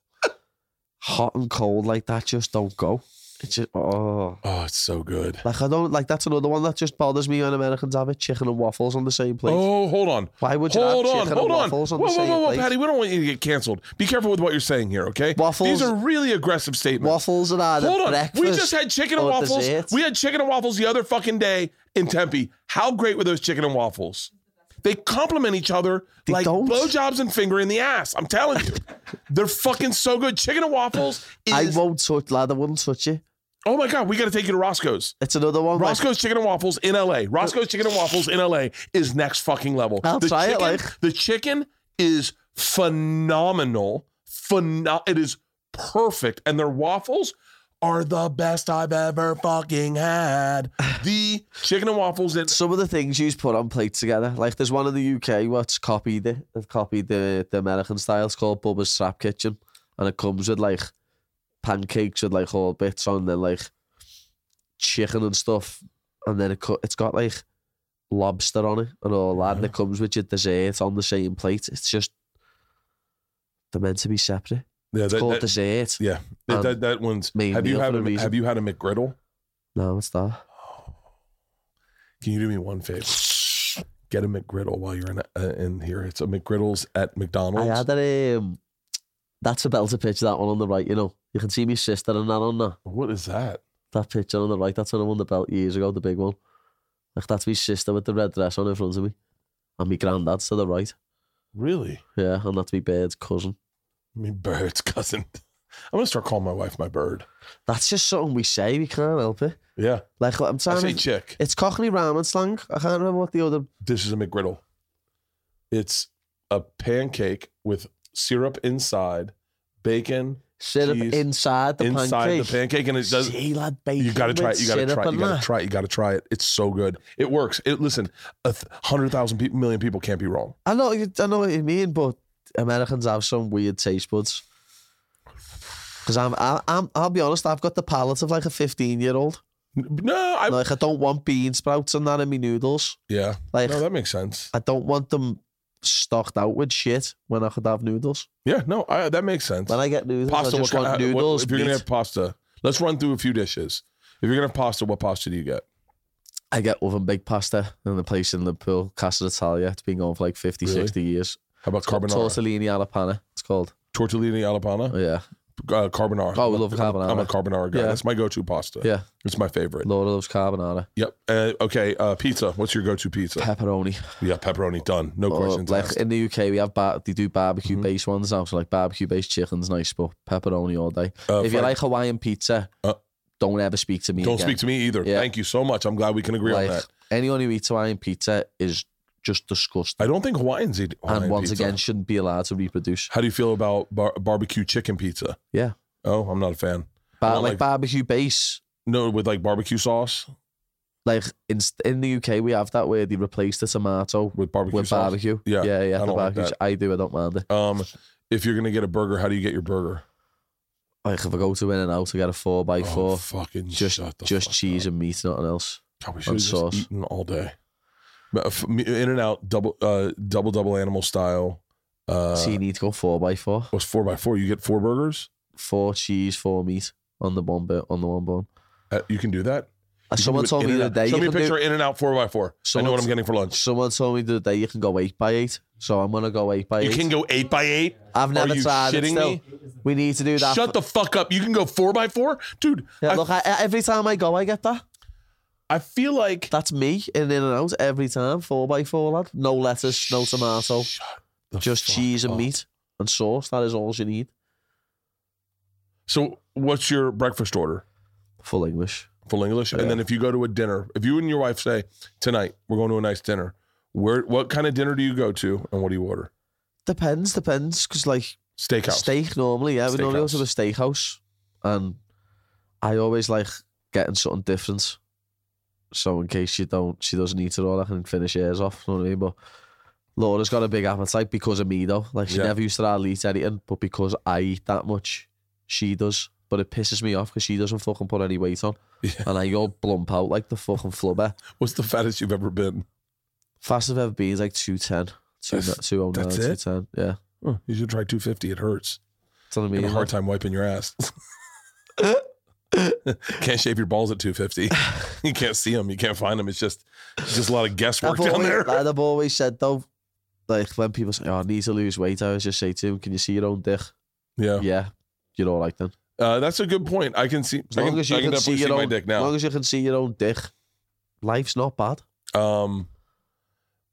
Speaker 2: Hot and cold like that just don't go. It's just oh
Speaker 1: Oh, it's so good.
Speaker 2: like I don't like that's another one that just bothers me when Americans have it. Chicken and waffles on the same plate.
Speaker 1: Oh, hold on.
Speaker 2: Why would you
Speaker 1: Hold
Speaker 2: have
Speaker 1: on,
Speaker 2: chicken
Speaker 1: hold
Speaker 2: and
Speaker 1: on.
Speaker 2: waffles
Speaker 1: Whoa,
Speaker 2: on, the
Speaker 1: whoa,
Speaker 2: same
Speaker 1: whoa, whoa,
Speaker 2: plate?
Speaker 1: Patty, we don't want you to get canceled. Be careful with what you're saying here, okay?
Speaker 2: Waffles-
Speaker 1: These are really aggressive statements.
Speaker 2: Waffles are either
Speaker 1: Hold on.
Speaker 2: breakfast.
Speaker 1: We just had chicken and
Speaker 2: or
Speaker 1: waffles.
Speaker 2: dessert.
Speaker 1: We had chicken and waffles the other fucking day in Tempe. How great were those chicken and waffles? They complement each other
Speaker 2: They
Speaker 1: like
Speaker 2: don't.
Speaker 1: blowjobs and finger in the ass. I'm telling you. They're fucking so good. Chicken and waffles
Speaker 2: I
Speaker 1: is
Speaker 2: won't touch lad, I wouldn't touch you.
Speaker 1: Oh my god, we gotta take you to Roscoe's.
Speaker 2: It's another one. like-
Speaker 1: Roscoe's Chicken and Waffles in LA. Roscoe's Chicken and Waffles in LA is next fucking level.
Speaker 2: I'll try it,
Speaker 1: chicken,
Speaker 2: like-
Speaker 1: the chicken is phenomenal. Pheno- it is perfect, and their waffles are the best I've ever fucking had. The chicken and waffles in
Speaker 2: some of the things you put on plates together. Like there's one in the UK what's copied it. They've copied the, the American style. It's called Bubba's Strap Kitchen. And it comes with like pancakes with like whole bits on then like chicken and stuff. And then it co- it's got like lobster on it and all that. And it comes with your dessert on the same plate. It's just they're meant to be separate.
Speaker 1: yeah,
Speaker 2: It's
Speaker 1: that,
Speaker 2: called
Speaker 1: that,
Speaker 2: dessert.
Speaker 1: yeah, that,
Speaker 2: um,
Speaker 1: that, that one's.
Speaker 2: main
Speaker 1: Have you
Speaker 2: meal
Speaker 1: had
Speaker 2: for
Speaker 1: a,
Speaker 2: a reason.
Speaker 1: Have you had a McGriddle?
Speaker 2: No, it's that.
Speaker 1: Can you do me one favor? Get a McGriddle while you're in uh, in here. It's a McGriddles at
Speaker 2: I
Speaker 1: McDonald's.
Speaker 2: had a um, that's a belter picture that one on the right. You know, you can see my sister and that on that.
Speaker 1: what is that?
Speaker 2: That picture on the right, that's when I won the belt years ago, the big one. Like that's my sister with the red dress on in front of me, and my granddad's to the right.
Speaker 1: Really?
Speaker 2: Yeah, and that's my bird's cousin.
Speaker 1: I mean, bird's cousin. I'm gonna start calling my wife my bird.
Speaker 2: That's just something we say. We can't help it.
Speaker 1: Yeah,
Speaker 2: Like I'm
Speaker 1: I
Speaker 2: trying.
Speaker 1: say
Speaker 2: To,
Speaker 1: chick.
Speaker 2: it's Cockney ramen slang. I can't remember what the other.
Speaker 1: This is a McGriddle. It's a pancake with syrup inside, bacon
Speaker 2: Syrup
Speaker 1: Cheese
Speaker 2: inside the
Speaker 1: inside
Speaker 2: pancake.
Speaker 1: the pancake, and it does.
Speaker 2: See, lad, bacon
Speaker 1: You gotta try
Speaker 2: with
Speaker 1: it. You gotta
Speaker 2: syrup
Speaker 1: try it.
Speaker 2: and
Speaker 1: You gotta
Speaker 2: that.
Speaker 1: try it. You gotta try it. It's so good. It works. It listen, a th- hundred thousand people, million people can't be wrong.
Speaker 2: I know, you- I know what you mean, but Americans have some weird taste buds. Because I'm, I- I'm, I'll be honest, I've got the palate of like a 15 year old.
Speaker 1: No, I
Speaker 2: Like I don't want bean sprouts and that in my noodles.
Speaker 1: yeah.
Speaker 2: Like
Speaker 1: No, that makes sense.
Speaker 2: I don't want them stocked out with shit when I could have noodles.
Speaker 1: Yeah, no, I, that makes sense.
Speaker 2: When I get noodles,
Speaker 1: Pasta.
Speaker 2: I just
Speaker 1: what
Speaker 2: want
Speaker 1: kind, what-
Speaker 2: noodles.
Speaker 1: if you're gonna
Speaker 2: meat.
Speaker 1: have pasta, let's run through a few dishes. If you're gonna have pasta, what pasta do you get?
Speaker 2: I get oven baked pasta in the place in Liverpool, Casa d'Italia. It's been going for like 50,
Speaker 1: Really?
Speaker 2: 60 years.
Speaker 1: How about
Speaker 2: It's called
Speaker 1: carbonara?
Speaker 2: Tortellini alla panna. It's called.
Speaker 1: Tortellini alla panna.
Speaker 2: Oh, yeah.
Speaker 1: uh, carbonara.
Speaker 2: Oh, we love
Speaker 1: I'm a- I'm a carbonara guy.
Speaker 2: Yeah.
Speaker 1: That's my go-to pasta.
Speaker 2: Yeah.
Speaker 1: it's my favorite.
Speaker 2: Laura loves carbonara.
Speaker 1: Yep. Uh, okay. Uh, pizza. What's your go-to pizza?
Speaker 2: Pepperoni.
Speaker 1: yeah, pepperoni. Done. No
Speaker 2: Or,
Speaker 1: questions
Speaker 2: Oh, like
Speaker 1: asked.
Speaker 2: in the UK, we have bar- they do
Speaker 1: Mm-hmm.
Speaker 2: barbecue based ones now. So like barbecue based chicken's nice, but pepperoni all day.
Speaker 1: Uh,
Speaker 2: if you
Speaker 1: Frank,
Speaker 2: like Hawaiian pizza,
Speaker 1: Uh,
Speaker 2: don't ever speak to me.
Speaker 1: don't
Speaker 2: again.
Speaker 1: speak to me either.
Speaker 2: Yeah.
Speaker 1: Thank you so much. I'm glad we can agree
Speaker 2: like,
Speaker 1: on that.
Speaker 2: Anyone who eats Hawaiian pizza is just disgusting.
Speaker 1: I don't think Hawaiians eat Hawaiian
Speaker 2: and once
Speaker 1: pizza.
Speaker 2: again, shouldn't be allowed to reproduce.
Speaker 1: how do you feel about bar- barbecue chicken pizza?
Speaker 2: Yeah.
Speaker 1: Oh, I'm not a fan.
Speaker 2: But
Speaker 1: want,
Speaker 2: like,
Speaker 1: like-
Speaker 2: barbecue base,
Speaker 1: No, with like barbecue sauce
Speaker 2: like in in the UK, we have that where they replace the tomato
Speaker 1: with barbecue
Speaker 2: with
Speaker 1: sauce.
Speaker 2: barbecue.
Speaker 1: Yeah,
Speaker 2: yeah, yeah.
Speaker 1: I
Speaker 2: the
Speaker 1: don't like
Speaker 2: barbecue.
Speaker 1: that.
Speaker 2: I do. I don't mind it.
Speaker 1: Um, if you're gonna get a burger, how do you get your burger?
Speaker 2: Like if I go to In and Out, I get a four by
Speaker 1: Oh,
Speaker 2: four,
Speaker 1: fucking
Speaker 2: just
Speaker 1: shut the
Speaker 2: just
Speaker 1: fuck up.
Speaker 2: cheese and meat, nothing else.
Speaker 1: God, we
Speaker 2: on
Speaker 1: should have
Speaker 2: sauce.
Speaker 1: just eaten all day. But uh, f- me- In and out, double, uh, double, double animal style. Uh,
Speaker 2: so you need to go four by four,
Speaker 1: was four by four. You get four burgers.
Speaker 2: four cheese, four meat on the one bit on the one bone.
Speaker 1: Uh, you can do that. You can
Speaker 2: Uh,
Speaker 1: do
Speaker 2: someone
Speaker 1: an
Speaker 2: told me the
Speaker 1: In-N-Out.
Speaker 2: other day.
Speaker 1: Show
Speaker 2: you
Speaker 1: me a
Speaker 2: can do-
Speaker 1: picture of in and out four by four. I know what
Speaker 2: Someone's-
Speaker 1: I'm getting for lunch.
Speaker 2: Someone told me the other day you can go eight by eight, so I'm gonna go eight by
Speaker 1: You
Speaker 2: eight.
Speaker 1: can go eight by eight.
Speaker 2: I've never
Speaker 1: you
Speaker 2: tried it.
Speaker 1: shitting
Speaker 2: Still,
Speaker 1: me?
Speaker 2: we need to do that.
Speaker 1: Shut the fuck up. You can go four by four, dude.
Speaker 2: Yeah,
Speaker 1: I,
Speaker 2: look, I, I- every time I go, I get that.
Speaker 1: I feel like
Speaker 2: That's me in in and out every time. Four by four, lad. No lettuce, no tomato,
Speaker 1: Shut the
Speaker 2: just
Speaker 1: fuck
Speaker 2: cheese and
Speaker 1: up.
Speaker 2: meat and sauce. That is all you need.
Speaker 1: So, what's your breakfast order?
Speaker 2: Full English.
Speaker 1: Full English, and then if you go to a dinner, if you and your wife say tonight we're going to a nice dinner, where what kind of dinner do you go to, and what do you order?
Speaker 2: Depends, depends. Because like
Speaker 1: Steakhouse.
Speaker 2: steak normally, yeah, we normally go to the steakhouse, and I always like getting something different. So in case you don't, she doesn't eat it all. I can finish hers off. You know what I mean? But Laura's got a big appetite because of me, though. Like she
Speaker 1: Yeah.
Speaker 2: never used to hardly eat anything, but because I eat that much, she does. But it pisses me off because she doesn't fucking put any weight on,
Speaker 1: Yeah.
Speaker 2: and I go blump out like the fucking flubber.
Speaker 1: What's the fattest you've ever been?
Speaker 2: Fastest I've ever been is like 210.
Speaker 1: That's-
Speaker 2: 209,
Speaker 1: that's it?
Speaker 2: 210. Yeah.
Speaker 1: Huh, you should try 250. It hurts.
Speaker 2: That's what I
Speaker 1: You
Speaker 2: mean.
Speaker 1: have a hard time wiping your ass. can't shave your balls at 250. you can't see them. You can't find them. It's just it's just a lot of guesswork
Speaker 2: I've
Speaker 1: down
Speaker 2: always,
Speaker 1: there.
Speaker 2: I've always said though, like when people say, "Oh, I need to lose weight," I always just say to them, "Can you see your own dick?"
Speaker 1: Yeah,
Speaker 2: Yeah, you're all right then.
Speaker 1: Uh, that's a good point. I can see.
Speaker 2: As
Speaker 1: I
Speaker 2: long
Speaker 1: can,
Speaker 2: as you
Speaker 1: I can
Speaker 2: can see
Speaker 1: definitely see,
Speaker 2: your
Speaker 1: my
Speaker 2: own-
Speaker 1: dick
Speaker 2: As long
Speaker 1: now.
Speaker 2: as you can see your own dick, life's not bad.
Speaker 1: Um,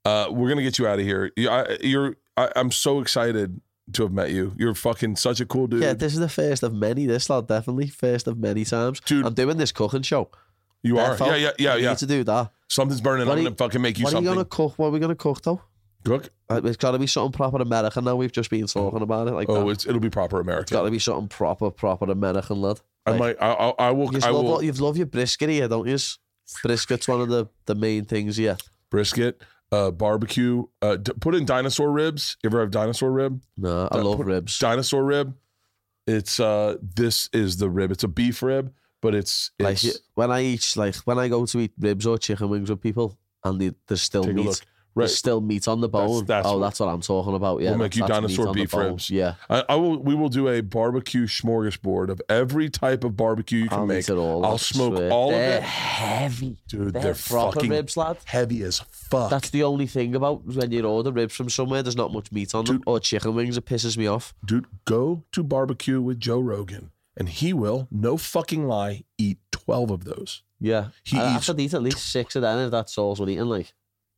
Speaker 1: uh, we're gonna get you out of here. You, I, you're. I, I'm so excited to have met you. You're fucking such a cool dude.
Speaker 2: Yeah, this is the first of many. This lad definitely first of many times.
Speaker 1: Dude.
Speaker 2: I'm doing this cooking show.
Speaker 1: you are.
Speaker 2: Defo,
Speaker 1: Yeah, yeah, yeah,
Speaker 2: I
Speaker 1: yeah.
Speaker 2: Need to do that.
Speaker 1: Something's burning.
Speaker 2: What
Speaker 1: I'm
Speaker 2: are
Speaker 1: gonna
Speaker 2: you-
Speaker 1: fucking make you
Speaker 2: what are you
Speaker 1: something.
Speaker 2: gonna cook? What are we gonna cook though?
Speaker 1: Cook.
Speaker 2: Uh, It's got to be something proper American. Now we've just been talking about it. Like,
Speaker 1: Oh,
Speaker 2: that.
Speaker 1: it's, it'll be proper
Speaker 2: it's got
Speaker 1: American.
Speaker 2: to be something proper, proper American lad.
Speaker 1: I might. I, I, I will.
Speaker 2: You
Speaker 1: I
Speaker 2: love
Speaker 1: will.
Speaker 2: all- you love your brisket here, don't you? Brisket's one of the, the main things here.
Speaker 1: brisket, uh, barbecue. Uh, d- put in dinosaur ribs. You ever have dinosaur rib?
Speaker 2: No, I
Speaker 1: Uh,
Speaker 2: love
Speaker 1: put-
Speaker 2: ribs.
Speaker 1: Dinosaur rib. It's uh, this is the rib. It's a beef rib, but it's,
Speaker 2: Like
Speaker 1: it's
Speaker 2: you- when I eat, like when I go to eat ribs or chicken wings with people, and they, there's still
Speaker 1: Take a
Speaker 2: meat,
Speaker 1: look. right.
Speaker 2: there's still meat on the
Speaker 1: That's-
Speaker 2: bone.
Speaker 1: that's
Speaker 2: oh,
Speaker 1: what-
Speaker 2: that's what I'm talking about. Yeah,
Speaker 1: We'll make
Speaker 2: that's-
Speaker 1: you
Speaker 2: that's meat
Speaker 1: dinosaur
Speaker 2: on the
Speaker 1: beef
Speaker 2: bone.
Speaker 1: ribs.
Speaker 2: Yeah,
Speaker 1: I, I will. We will do a barbecue smorgasbord of every type of barbecue you can
Speaker 2: I'll
Speaker 1: make.
Speaker 2: eat it all.
Speaker 1: I'll
Speaker 2: I
Speaker 1: smoke
Speaker 2: swear.
Speaker 1: all of
Speaker 2: they're
Speaker 1: it.
Speaker 2: Heavy,
Speaker 1: Dude,
Speaker 2: they're,
Speaker 1: they're
Speaker 2: proper
Speaker 1: fucking
Speaker 2: ribs, lad.
Speaker 1: heavy as fuck.
Speaker 2: That's the only thing about when you order ribs from somewhere. There's not much meat on them, or chicken wings. It pisses me off.
Speaker 1: Dude, go to barbecue with Joe Rogan, and he will, no fucking lie, eat twelve of those.
Speaker 2: Yeah,
Speaker 1: He
Speaker 2: I,
Speaker 1: eats
Speaker 2: I could eat at least six of them if that's all we're eating. Like,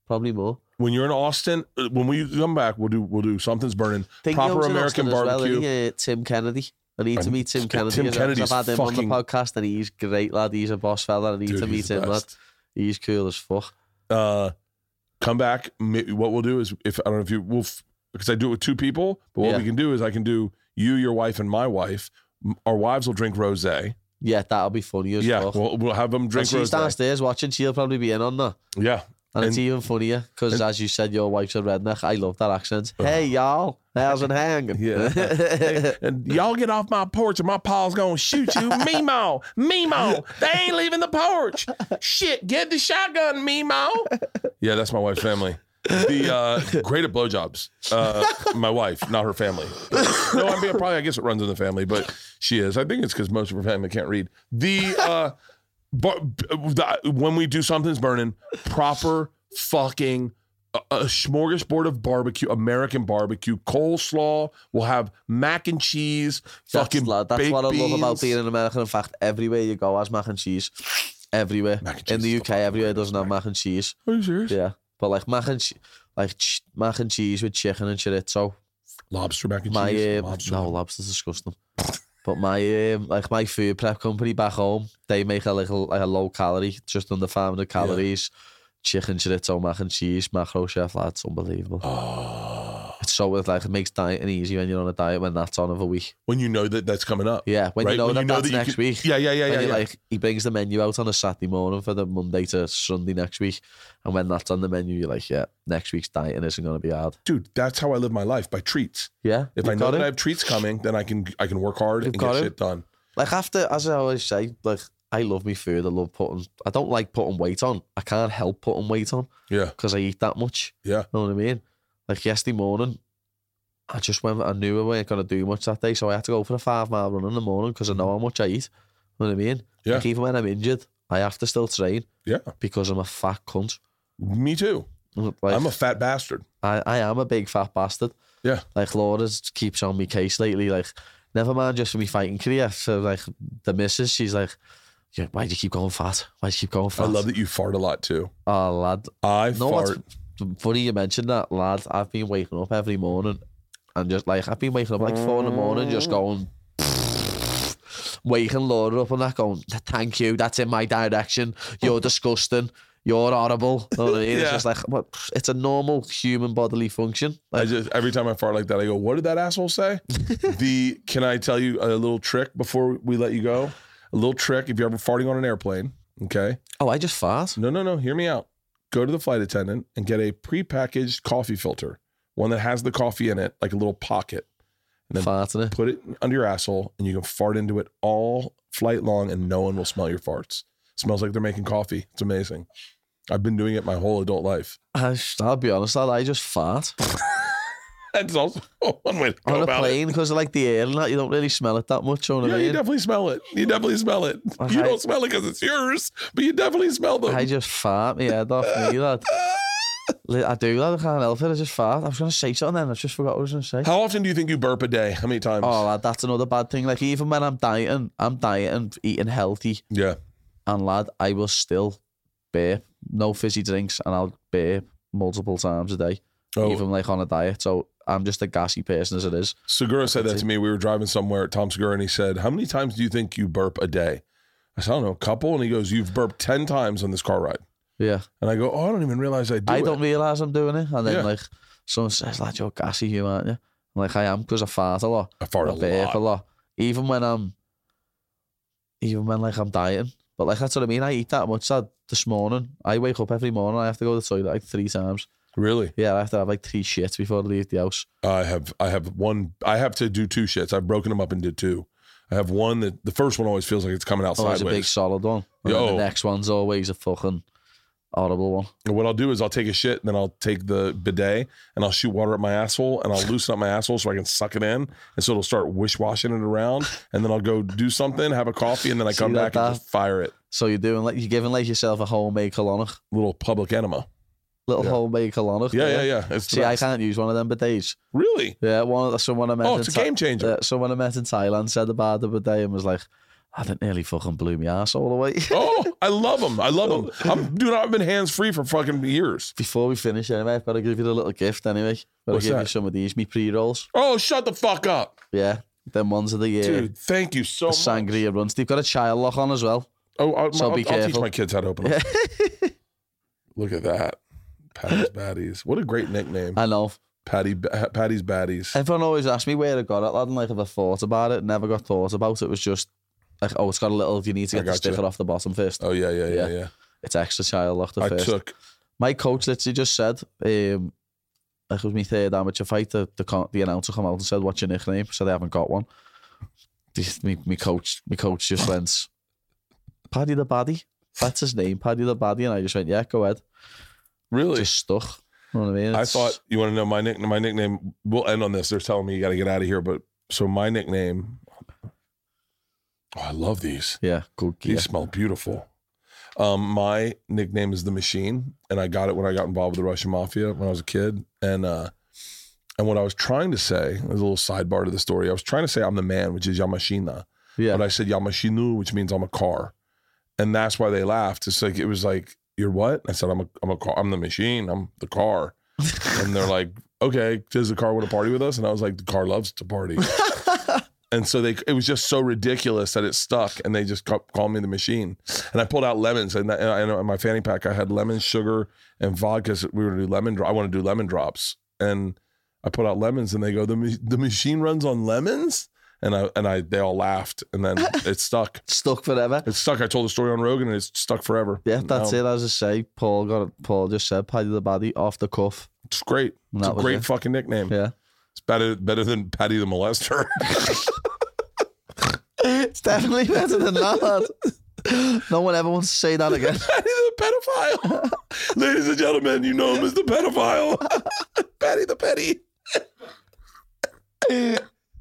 Speaker 2: probably more.
Speaker 1: When you're in Austin, uh, when we come back, we'll do we'll do something's burning.
Speaker 2: Think
Speaker 1: Proper
Speaker 2: Proper
Speaker 1: American
Speaker 2: American barbecue.
Speaker 1: barbecue.
Speaker 2: uh, Tim Kennedy. I need to
Speaker 1: And
Speaker 2: meet Tim
Speaker 1: Tim
Speaker 2: Kennedy. as well, 'cause
Speaker 1: Kennedy's
Speaker 2: I've had him
Speaker 1: fucking-
Speaker 2: on the podcast and he's great, lad. He's a boss fella. I need
Speaker 1: Dude,
Speaker 2: to
Speaker 1: he's
Speaker 2: meet
Speaker 1: the
Speaker 2: him, lad.
Speaker 1: best.
Speaker 2: He's cool as fuck.
Speaker 1: uh, come back. Ma- What we'll do is, if I don't know if you will, because I do it with two people, but what
Speaker 2: Yeah.
Speaker 1: we can do is I can do you, your wife, and my wife. M- Our wives will drink rosé.
Speaker 2: Yeah, that'll be funny as
Speaker 1: Yeah,
Speaker 2: fuck.
Speaker 1: we'll, we'll have them
Speaker 2: and
Speaker 1: drink
Speaker 2: she's
Speaker 1: rosé.
Speaker 2: downstairs watching. She'll probably be in on that.
Speaker 1: Yeah,
Speaker 2: And, it's
Speaker 1: And-
Speaker 2: even funnier because,
Speaker 1: and-
Speaker 2: as you said, your wife's a redneck. I love that accent. Hey, y'all. How's it hanging?
Speaker 1: Yeah. and y'all get off my porch, or my pa's gonna shoot you, Mimo, Mimo. They ain't leaving the porch. Shit, get the shotgun, Mimo. Yeah, that's my wife's family. The uh, great at blowjobs. Uh, my wife, not her family. No, I mean, probably I guess it runs in the family, but she is. I think it's because most of her family can't read. The uh, bar- b- the- when we do something's burning, proper fucking a, a smorgasbord of barbecue, American barbecue, coleslaw. We'll have mac and cheese, fucking
Speaker 2: that's, lad, that's
Speaker 1: baked
Speaker 2: what I love about
Speaker 1: beans.
Speaker 2: being an American. In fact, everywhere you go has mac and cheese. Everywhere.
Speaker 1: Mac and
Speaker 2: in
Speaker 1: cheese
Speaker 2: the
Speaker 1: is
Speaker 2: UK, everywhere doesn't have mac and cheese.
Speaker 1: Are you serious?
Speaker 2: Yeah, but like mac and che- like ch- mac and cheese with chicken and chorizo.
Speaker 1: Lobster mac and
Speaker 2: My
Speaker 1: cheese.
Speaker 2: um,
Speaker 1: lobster.
Speaker 2: no, lobster's disgusting. but my um, like my food prep company back home, they make a little like a low calorie, just under 500 calories. Chicken chorizo mac and cheese, macro chef lads, unbelievable.
Speaker 1: Oh.
Speaker 2: It's so it's like it makes dieting easy when you're on a diet when that's on of a week.
Speaker 1: When you know that that's coming up.
Speaker 2: Yeah, when
Speaker 1: right?
Speaker 2: you know
Speaker 1: When
Speaker 2: that
Speaker 1: you know
Speaker 2: that's
Speaker 1: that you
Speaker 2: next
Speaker 1: could-
Speaker 2: week.
Speaker 1: Yeah, yeah, yeah,
Speaker 2: when
Speaker 1: yeah.
Speaker 2: you,
Speaker 1: yeah.
Speaker 2: Like he brings the menu out on a Saturday morning for the Monday to Sunday next week, and when that's on the menu, you're like, yeah, next week's dieting isn't going to be hard.
Speaker 1: Dude, that's how I live my life by treats.
Speaker 2: Yeah,
Speaker 1: If
Speaker 2: you
Speaker 1: I know
Speaker 2: got
Speaker 1: that
Speaker 2: it.
Speaker 1: I have treats coming, then I can I can work hard
Speaker 2: You've
Speaker 1: and
Speaker 2: got
Speaker 1: get
Speaker 2: it.
Speaker 1: shit done.
Speaker 2: Like after, as I always say, like I love me food. I love putting. I don't like putting weight on. I can't help putting weight on
Speaker 1: Yeah,
Speaker 2: because I eat that much.
Speaker 1: Yeah.
Speaker 2: know what I mean? Like yesterday morning, I just went. I knew I weren't gonna do much that day, so I had to go for a five mile run in the morning because I know how much I eat. You know what I mean?
Speaker 1: Yeah.
Speaker 2: Like even when I'm injured, I have to still train
Speaker 1: yeah.
Speaker 2: because I'm a fat cunt.
Speaker 1: Me too.
Speaker 2: Like,
Speaker 1: I'm a fat bastard.
Speaker 2: I, I am a big fat bastard.
Speaker 1: Yeah.
Speaker 2: Like Laura's keeps on me case lately. Like, never mind just for me fighting career. So like the missus, she's like, yeah, why do you keep going fat? Why do you keep going fat?
Speaker 1: I love that you fart a lot too.
Speaker 2: Oh lad.
Speaker 1: I
Speaker 2: No
Speaker 1: fart.
Speaker 2: what's funny you mentioned that, lad. I've been waking up every morning and just like I've been waking up like four in the morning just going waking Laura up on that, going, "Thank you, that's in my direction. You're disgusting. You're horrible." You know what I mean? It's
Speaker 1: Yeah.
Speaker 2: just like what? It's a normal human bodily function.
Speaker 1: I
Speaker 2: Like,
Speaker 1: just every time I fart like that, I go, "What did that asshole say?" the can I tell you a little trick before we let you go? A little trick if you're ever farting on an airplane. Okay,
Speaker 2: oh, I just fart.
Speaker 1: no, no, no. Hear me out. Go to the flight attendant and get a prepackaged coffee filter, one that has the coffee in it, like a little pocket. Then-
Speaker 2: Farting it.
Speaker 1: Put it under your asshole, and you can fart into it all flight long, and no one will smell your farts. smells like they're making coffee. It's amazing. I've been doing it my whole adult life.
Speaker 2: I, I'll be honest, lad, I just fart
Speaker 1: That's also one way to go
Speaker 2: on a
Speaker 1: about it.
Speaker 2: plane because like the air and that. You don't really smell it that much. You know what
Speaker 1: Yeah,
Speaker 2: I
Speaker 1: you
Speaker 2: mean?
Speaker 1: definitely smell it. You definitely smell it.
Speaker 2: Well,
Speaker 1: You
Speaker 2: I-
Speaker 1: don't smell it because it's yours, but you definitely smell them.
Speaker 2: I just fart my head off me, lad. Li- I do, lad. I can't help it. I just fart. I was going to say something then. I just forgot what I was going to say.
Speaker 1: How often do you think you burp a day? How many times?
Speaker 2: Oh, lad, that's another bad thing. Like, even when I'm dieting, I'm dieting, eating healthy,
Speaker 1: yeah.
Speaker 2: and lad, I will still burp. No fizzy drinks, and I'll burp multiple times a day,
Speaker 1: Oh,
Speaker 2: even like on a diet. So I'm just a gassy person as it is.
Speaker 1: Segura said that to me. We were driving somewhere, Tom Segura, and he said, How many times do you think you burp a day? I said, I don't know, a couple. And he goes, You've burped 10 times on this car ride.
Speaker 2: Yeah.
Speaker 1: And I go, Oh, I don't even realize I do.
Speaker 2: I
Speaker 1: it."
Speaker 2: don't realise I'm doing it. And then,
Speaker 1: Yeah.
Speaker 2: like, someone says, lad, you're gassy, you aren't you? I'm like, I am, because I fart a lot.
Speaker 1: I fart a
Speaker 2: I burp
Speaker 1: lot.
Speaker 2: a lot. Even when I'm, even when like I'm dying. But like that's what I mean. I eat that much. That this morning, I wake up every morning. I have to go to the toilet like three times.
Speaker 1: Really?
Speaker 2: Yeah, I have to have like three shits before I leave the house.
Speaker 1: I have I have one I have to do two shits. I've broken them up into two. I have one that the first one always feels like it's coming out
Speaker 2: Always Oh, a big
Speaker 1: sideways.
Speaker 2: solid one. And then
Speaker 1: Yo.
Speaker 2: the next one's always a fucking horrible one.
Speaker 1: And what I'll do is I'll take a shit and then I'll take the bidet and I'll shoot water up my asshole and I'll loosen up my asshole so I can suck it in. And so it'll start wish washing it around. And then I'll go do something, have a coffee, and then I
Speaker 2: See
Speaker 1: come
Speaker 2: that,
Speaker 1: back and just fire it.
Speaker 2: So you're doing like you're giving like yourself a homemade colonic,
Speaker 1: Little public enema.
Speaker 2: little
Speaker 1: Yeah.
Speaker 2: homemade colonic.
Speaker 1: Yeah, yeah, yeah. It's the
Speaker 2: See, I
Speaker 1: best.
Speaker 2: can't use one of them bidets.
Speaker 1: really?
Speaker 2: Yeah, one someone I met.
Speaker 1: Oh,
Speaker 2: in
Speaker 1: it's a
Speaker 2: Tha-
Speaker 1: game changer.
Speaker 2: uh, someone I met in Thailand said about the bidet and was like, I didn't nearly fucking blew my ass all the way.
Speaker 1: oh, I love them. I love them. I'm, dude, I've been hands free for fucking years.
Speaker 2: before we finish anyway, I've got to give you the little gift anyway. But I'll
Speaker 1: What's
Speaker 2: give you
Speaker 1: that?
Speaker 2: some of these, me pre-rolls.
Speaker 1: Oh, shut the fuck up.
Speaker 2: Yeah. Them ones of the year.
Speaker 1: Dude, thank you so
Speaker 2: the
Speaker 1: much.
Speaker 2: sangria runs. They've got a child lock on as well.
Speaker 1: Oh, I'll,
Speaker 2: So
Speaker 1: I'll,
Speaker 2: be
Speaker 1: I'll teach
Speaker 2: careful.
Speaker 1: my kids how to open them. Look at that. Patty's Baddies. What a great nickname.
Speaker 2: I know.
Speaker 1: Patty, Ba- Patty's Baddies.
Speaker 2: Everyone always asks me where I got it, lad, and like if I thought about it, never got thought about it. It was just like, oh, it's got a little, you need to
Speaker 1: I
Speaker 2: get the
Speaker 1: gotcha.
Speaker 2: sticker off the bottom first.
Speaker 1: Oh yeah, yeah, yeah,
Speaker 2: Yeah.
Speaker 1: yeah.
Speaker 2: It's extra child lock the
Speaker 1: I
Speaker 2: first.
Speaker 1: took
Speaker 2: my coach literally just said, um, like it was my third amateur fight, the, the, con- the announcer come out and said, what's your nickname? So they haven't got one. This- Me, me coach me coach just went, Paddy the Baddy. That's his name, Paddy the Baddy. And I just went, yeah, go ahead.
Speaker 1: really.
Speaker 2: Just stuck. You know what I mean?
Speaker 1: I
Speaker 2: It's-
Speaker 1: thought you want to know my nickname. My nickname. We'll end on this. They're telling me you got to get out of here, but so my nickname. Oh, I love these.
Speaker 2: Yeah, good
Speaker 1: These
Speaker 2: gear.
Speaker 1: smell beautiful. Um, my nickname is the Machine, and I got it when I got involved with the Russian Mafia when I was a kid. And uh, and what I was trying to say, there's a little sidebar to the story. I was trying to say I'm the man, which is Yamashina.
Speaker 2: Yeah.
Speaker 1: But I said Yamashinu, which means I'm a car. And that's why they laughed. It's like it was like, you're what? I said, I'm a I'm a car, I'm the machine, I'm the car. and they're like, Okay, does the car want to party with us? And I was like, The car loves to party. and so they it was just so ridiculous that it stuck and they just kept calling me the machine. And I pulled out lemons and, that, and, I, and in my fanny pack I had lemon, sugar, and vodka. So we were gonna do lemon dro- I want to do lemon drops. And I put out lemons and they go, The, ma- the machine runs on lemons? and I and I they all laughed, and then it stuck.
Speaker 2: stuck forever.
Speaker 1: It stuck. I told the story on Rogan, and it's stuck forever.
Speaker 2: Yeah, that's
Speaker 1: No,
Speaker 2: it. As I say, Paul got it. Paul just said, Paddy the Baddy off the cuff.
Speaker 1: It's great.
Speaker 2: And
Speaker 1: It's
Speaker 2: that
Speaker 1: a
Speaker 2: was
Speaker 1: great
Speaker 2: it.
Speaker 1: fucking nickname.
Speaker 2: Yeah.
Speaker 1: It's better better than Patty the Molester.
Speaker 2: It's definitely better than that, lad. No one ever wants to say that again.
Speaker 1: Patty the pedophile. Ladies and gentlemen, you know him as the pedophile. Patty the petty.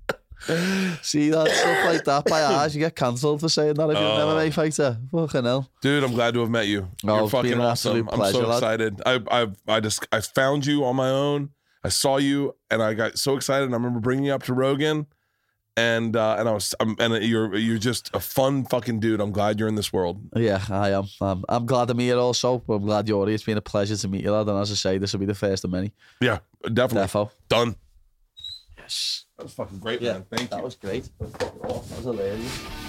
Speaker 2: See that stuff like that by ours, you get cancelled for saying that if you're
Speaker 1: Oh.
Speaker 2: an MMA fighter. Fucking hell.
Speaker 1: Dude, I'm glad to have met you.
Speaker 2: Oh,
Speaker 1: You're
Speaker 2: it's been
Speaker 1: fucking
Speaker 2: an
Speaker 1: awesome.
Speaker 2: absolute
Speaker 1: I'm
Speaker 2: pleasure,
Speaker 1: so
Speaker 2: lad.
Speaker 1: excited. I I I just I found you on my own. I saw you and I got so excited. And I remember bringing you up to Rogan, and uh, and I was um, and you're you're just a fun fucking dude. I'm glad you're in this world.
Speaker 2: Yeah, I am. I'm, I'm glad I'm here also. I'm glad you're here. It's been a pleasure to meet you, lad. And as I say, this will be the first of many.
Speaker 1: Yeah, definitely
Speaker 2: Defo.
Speaker 1: done.
Speaker 2: Yes.
Speaker 1: That was fucking great,
Speaker 2: Yeah,
Speaker 1: man. Thank you.
Speaker 2: That was great. That was hilarious.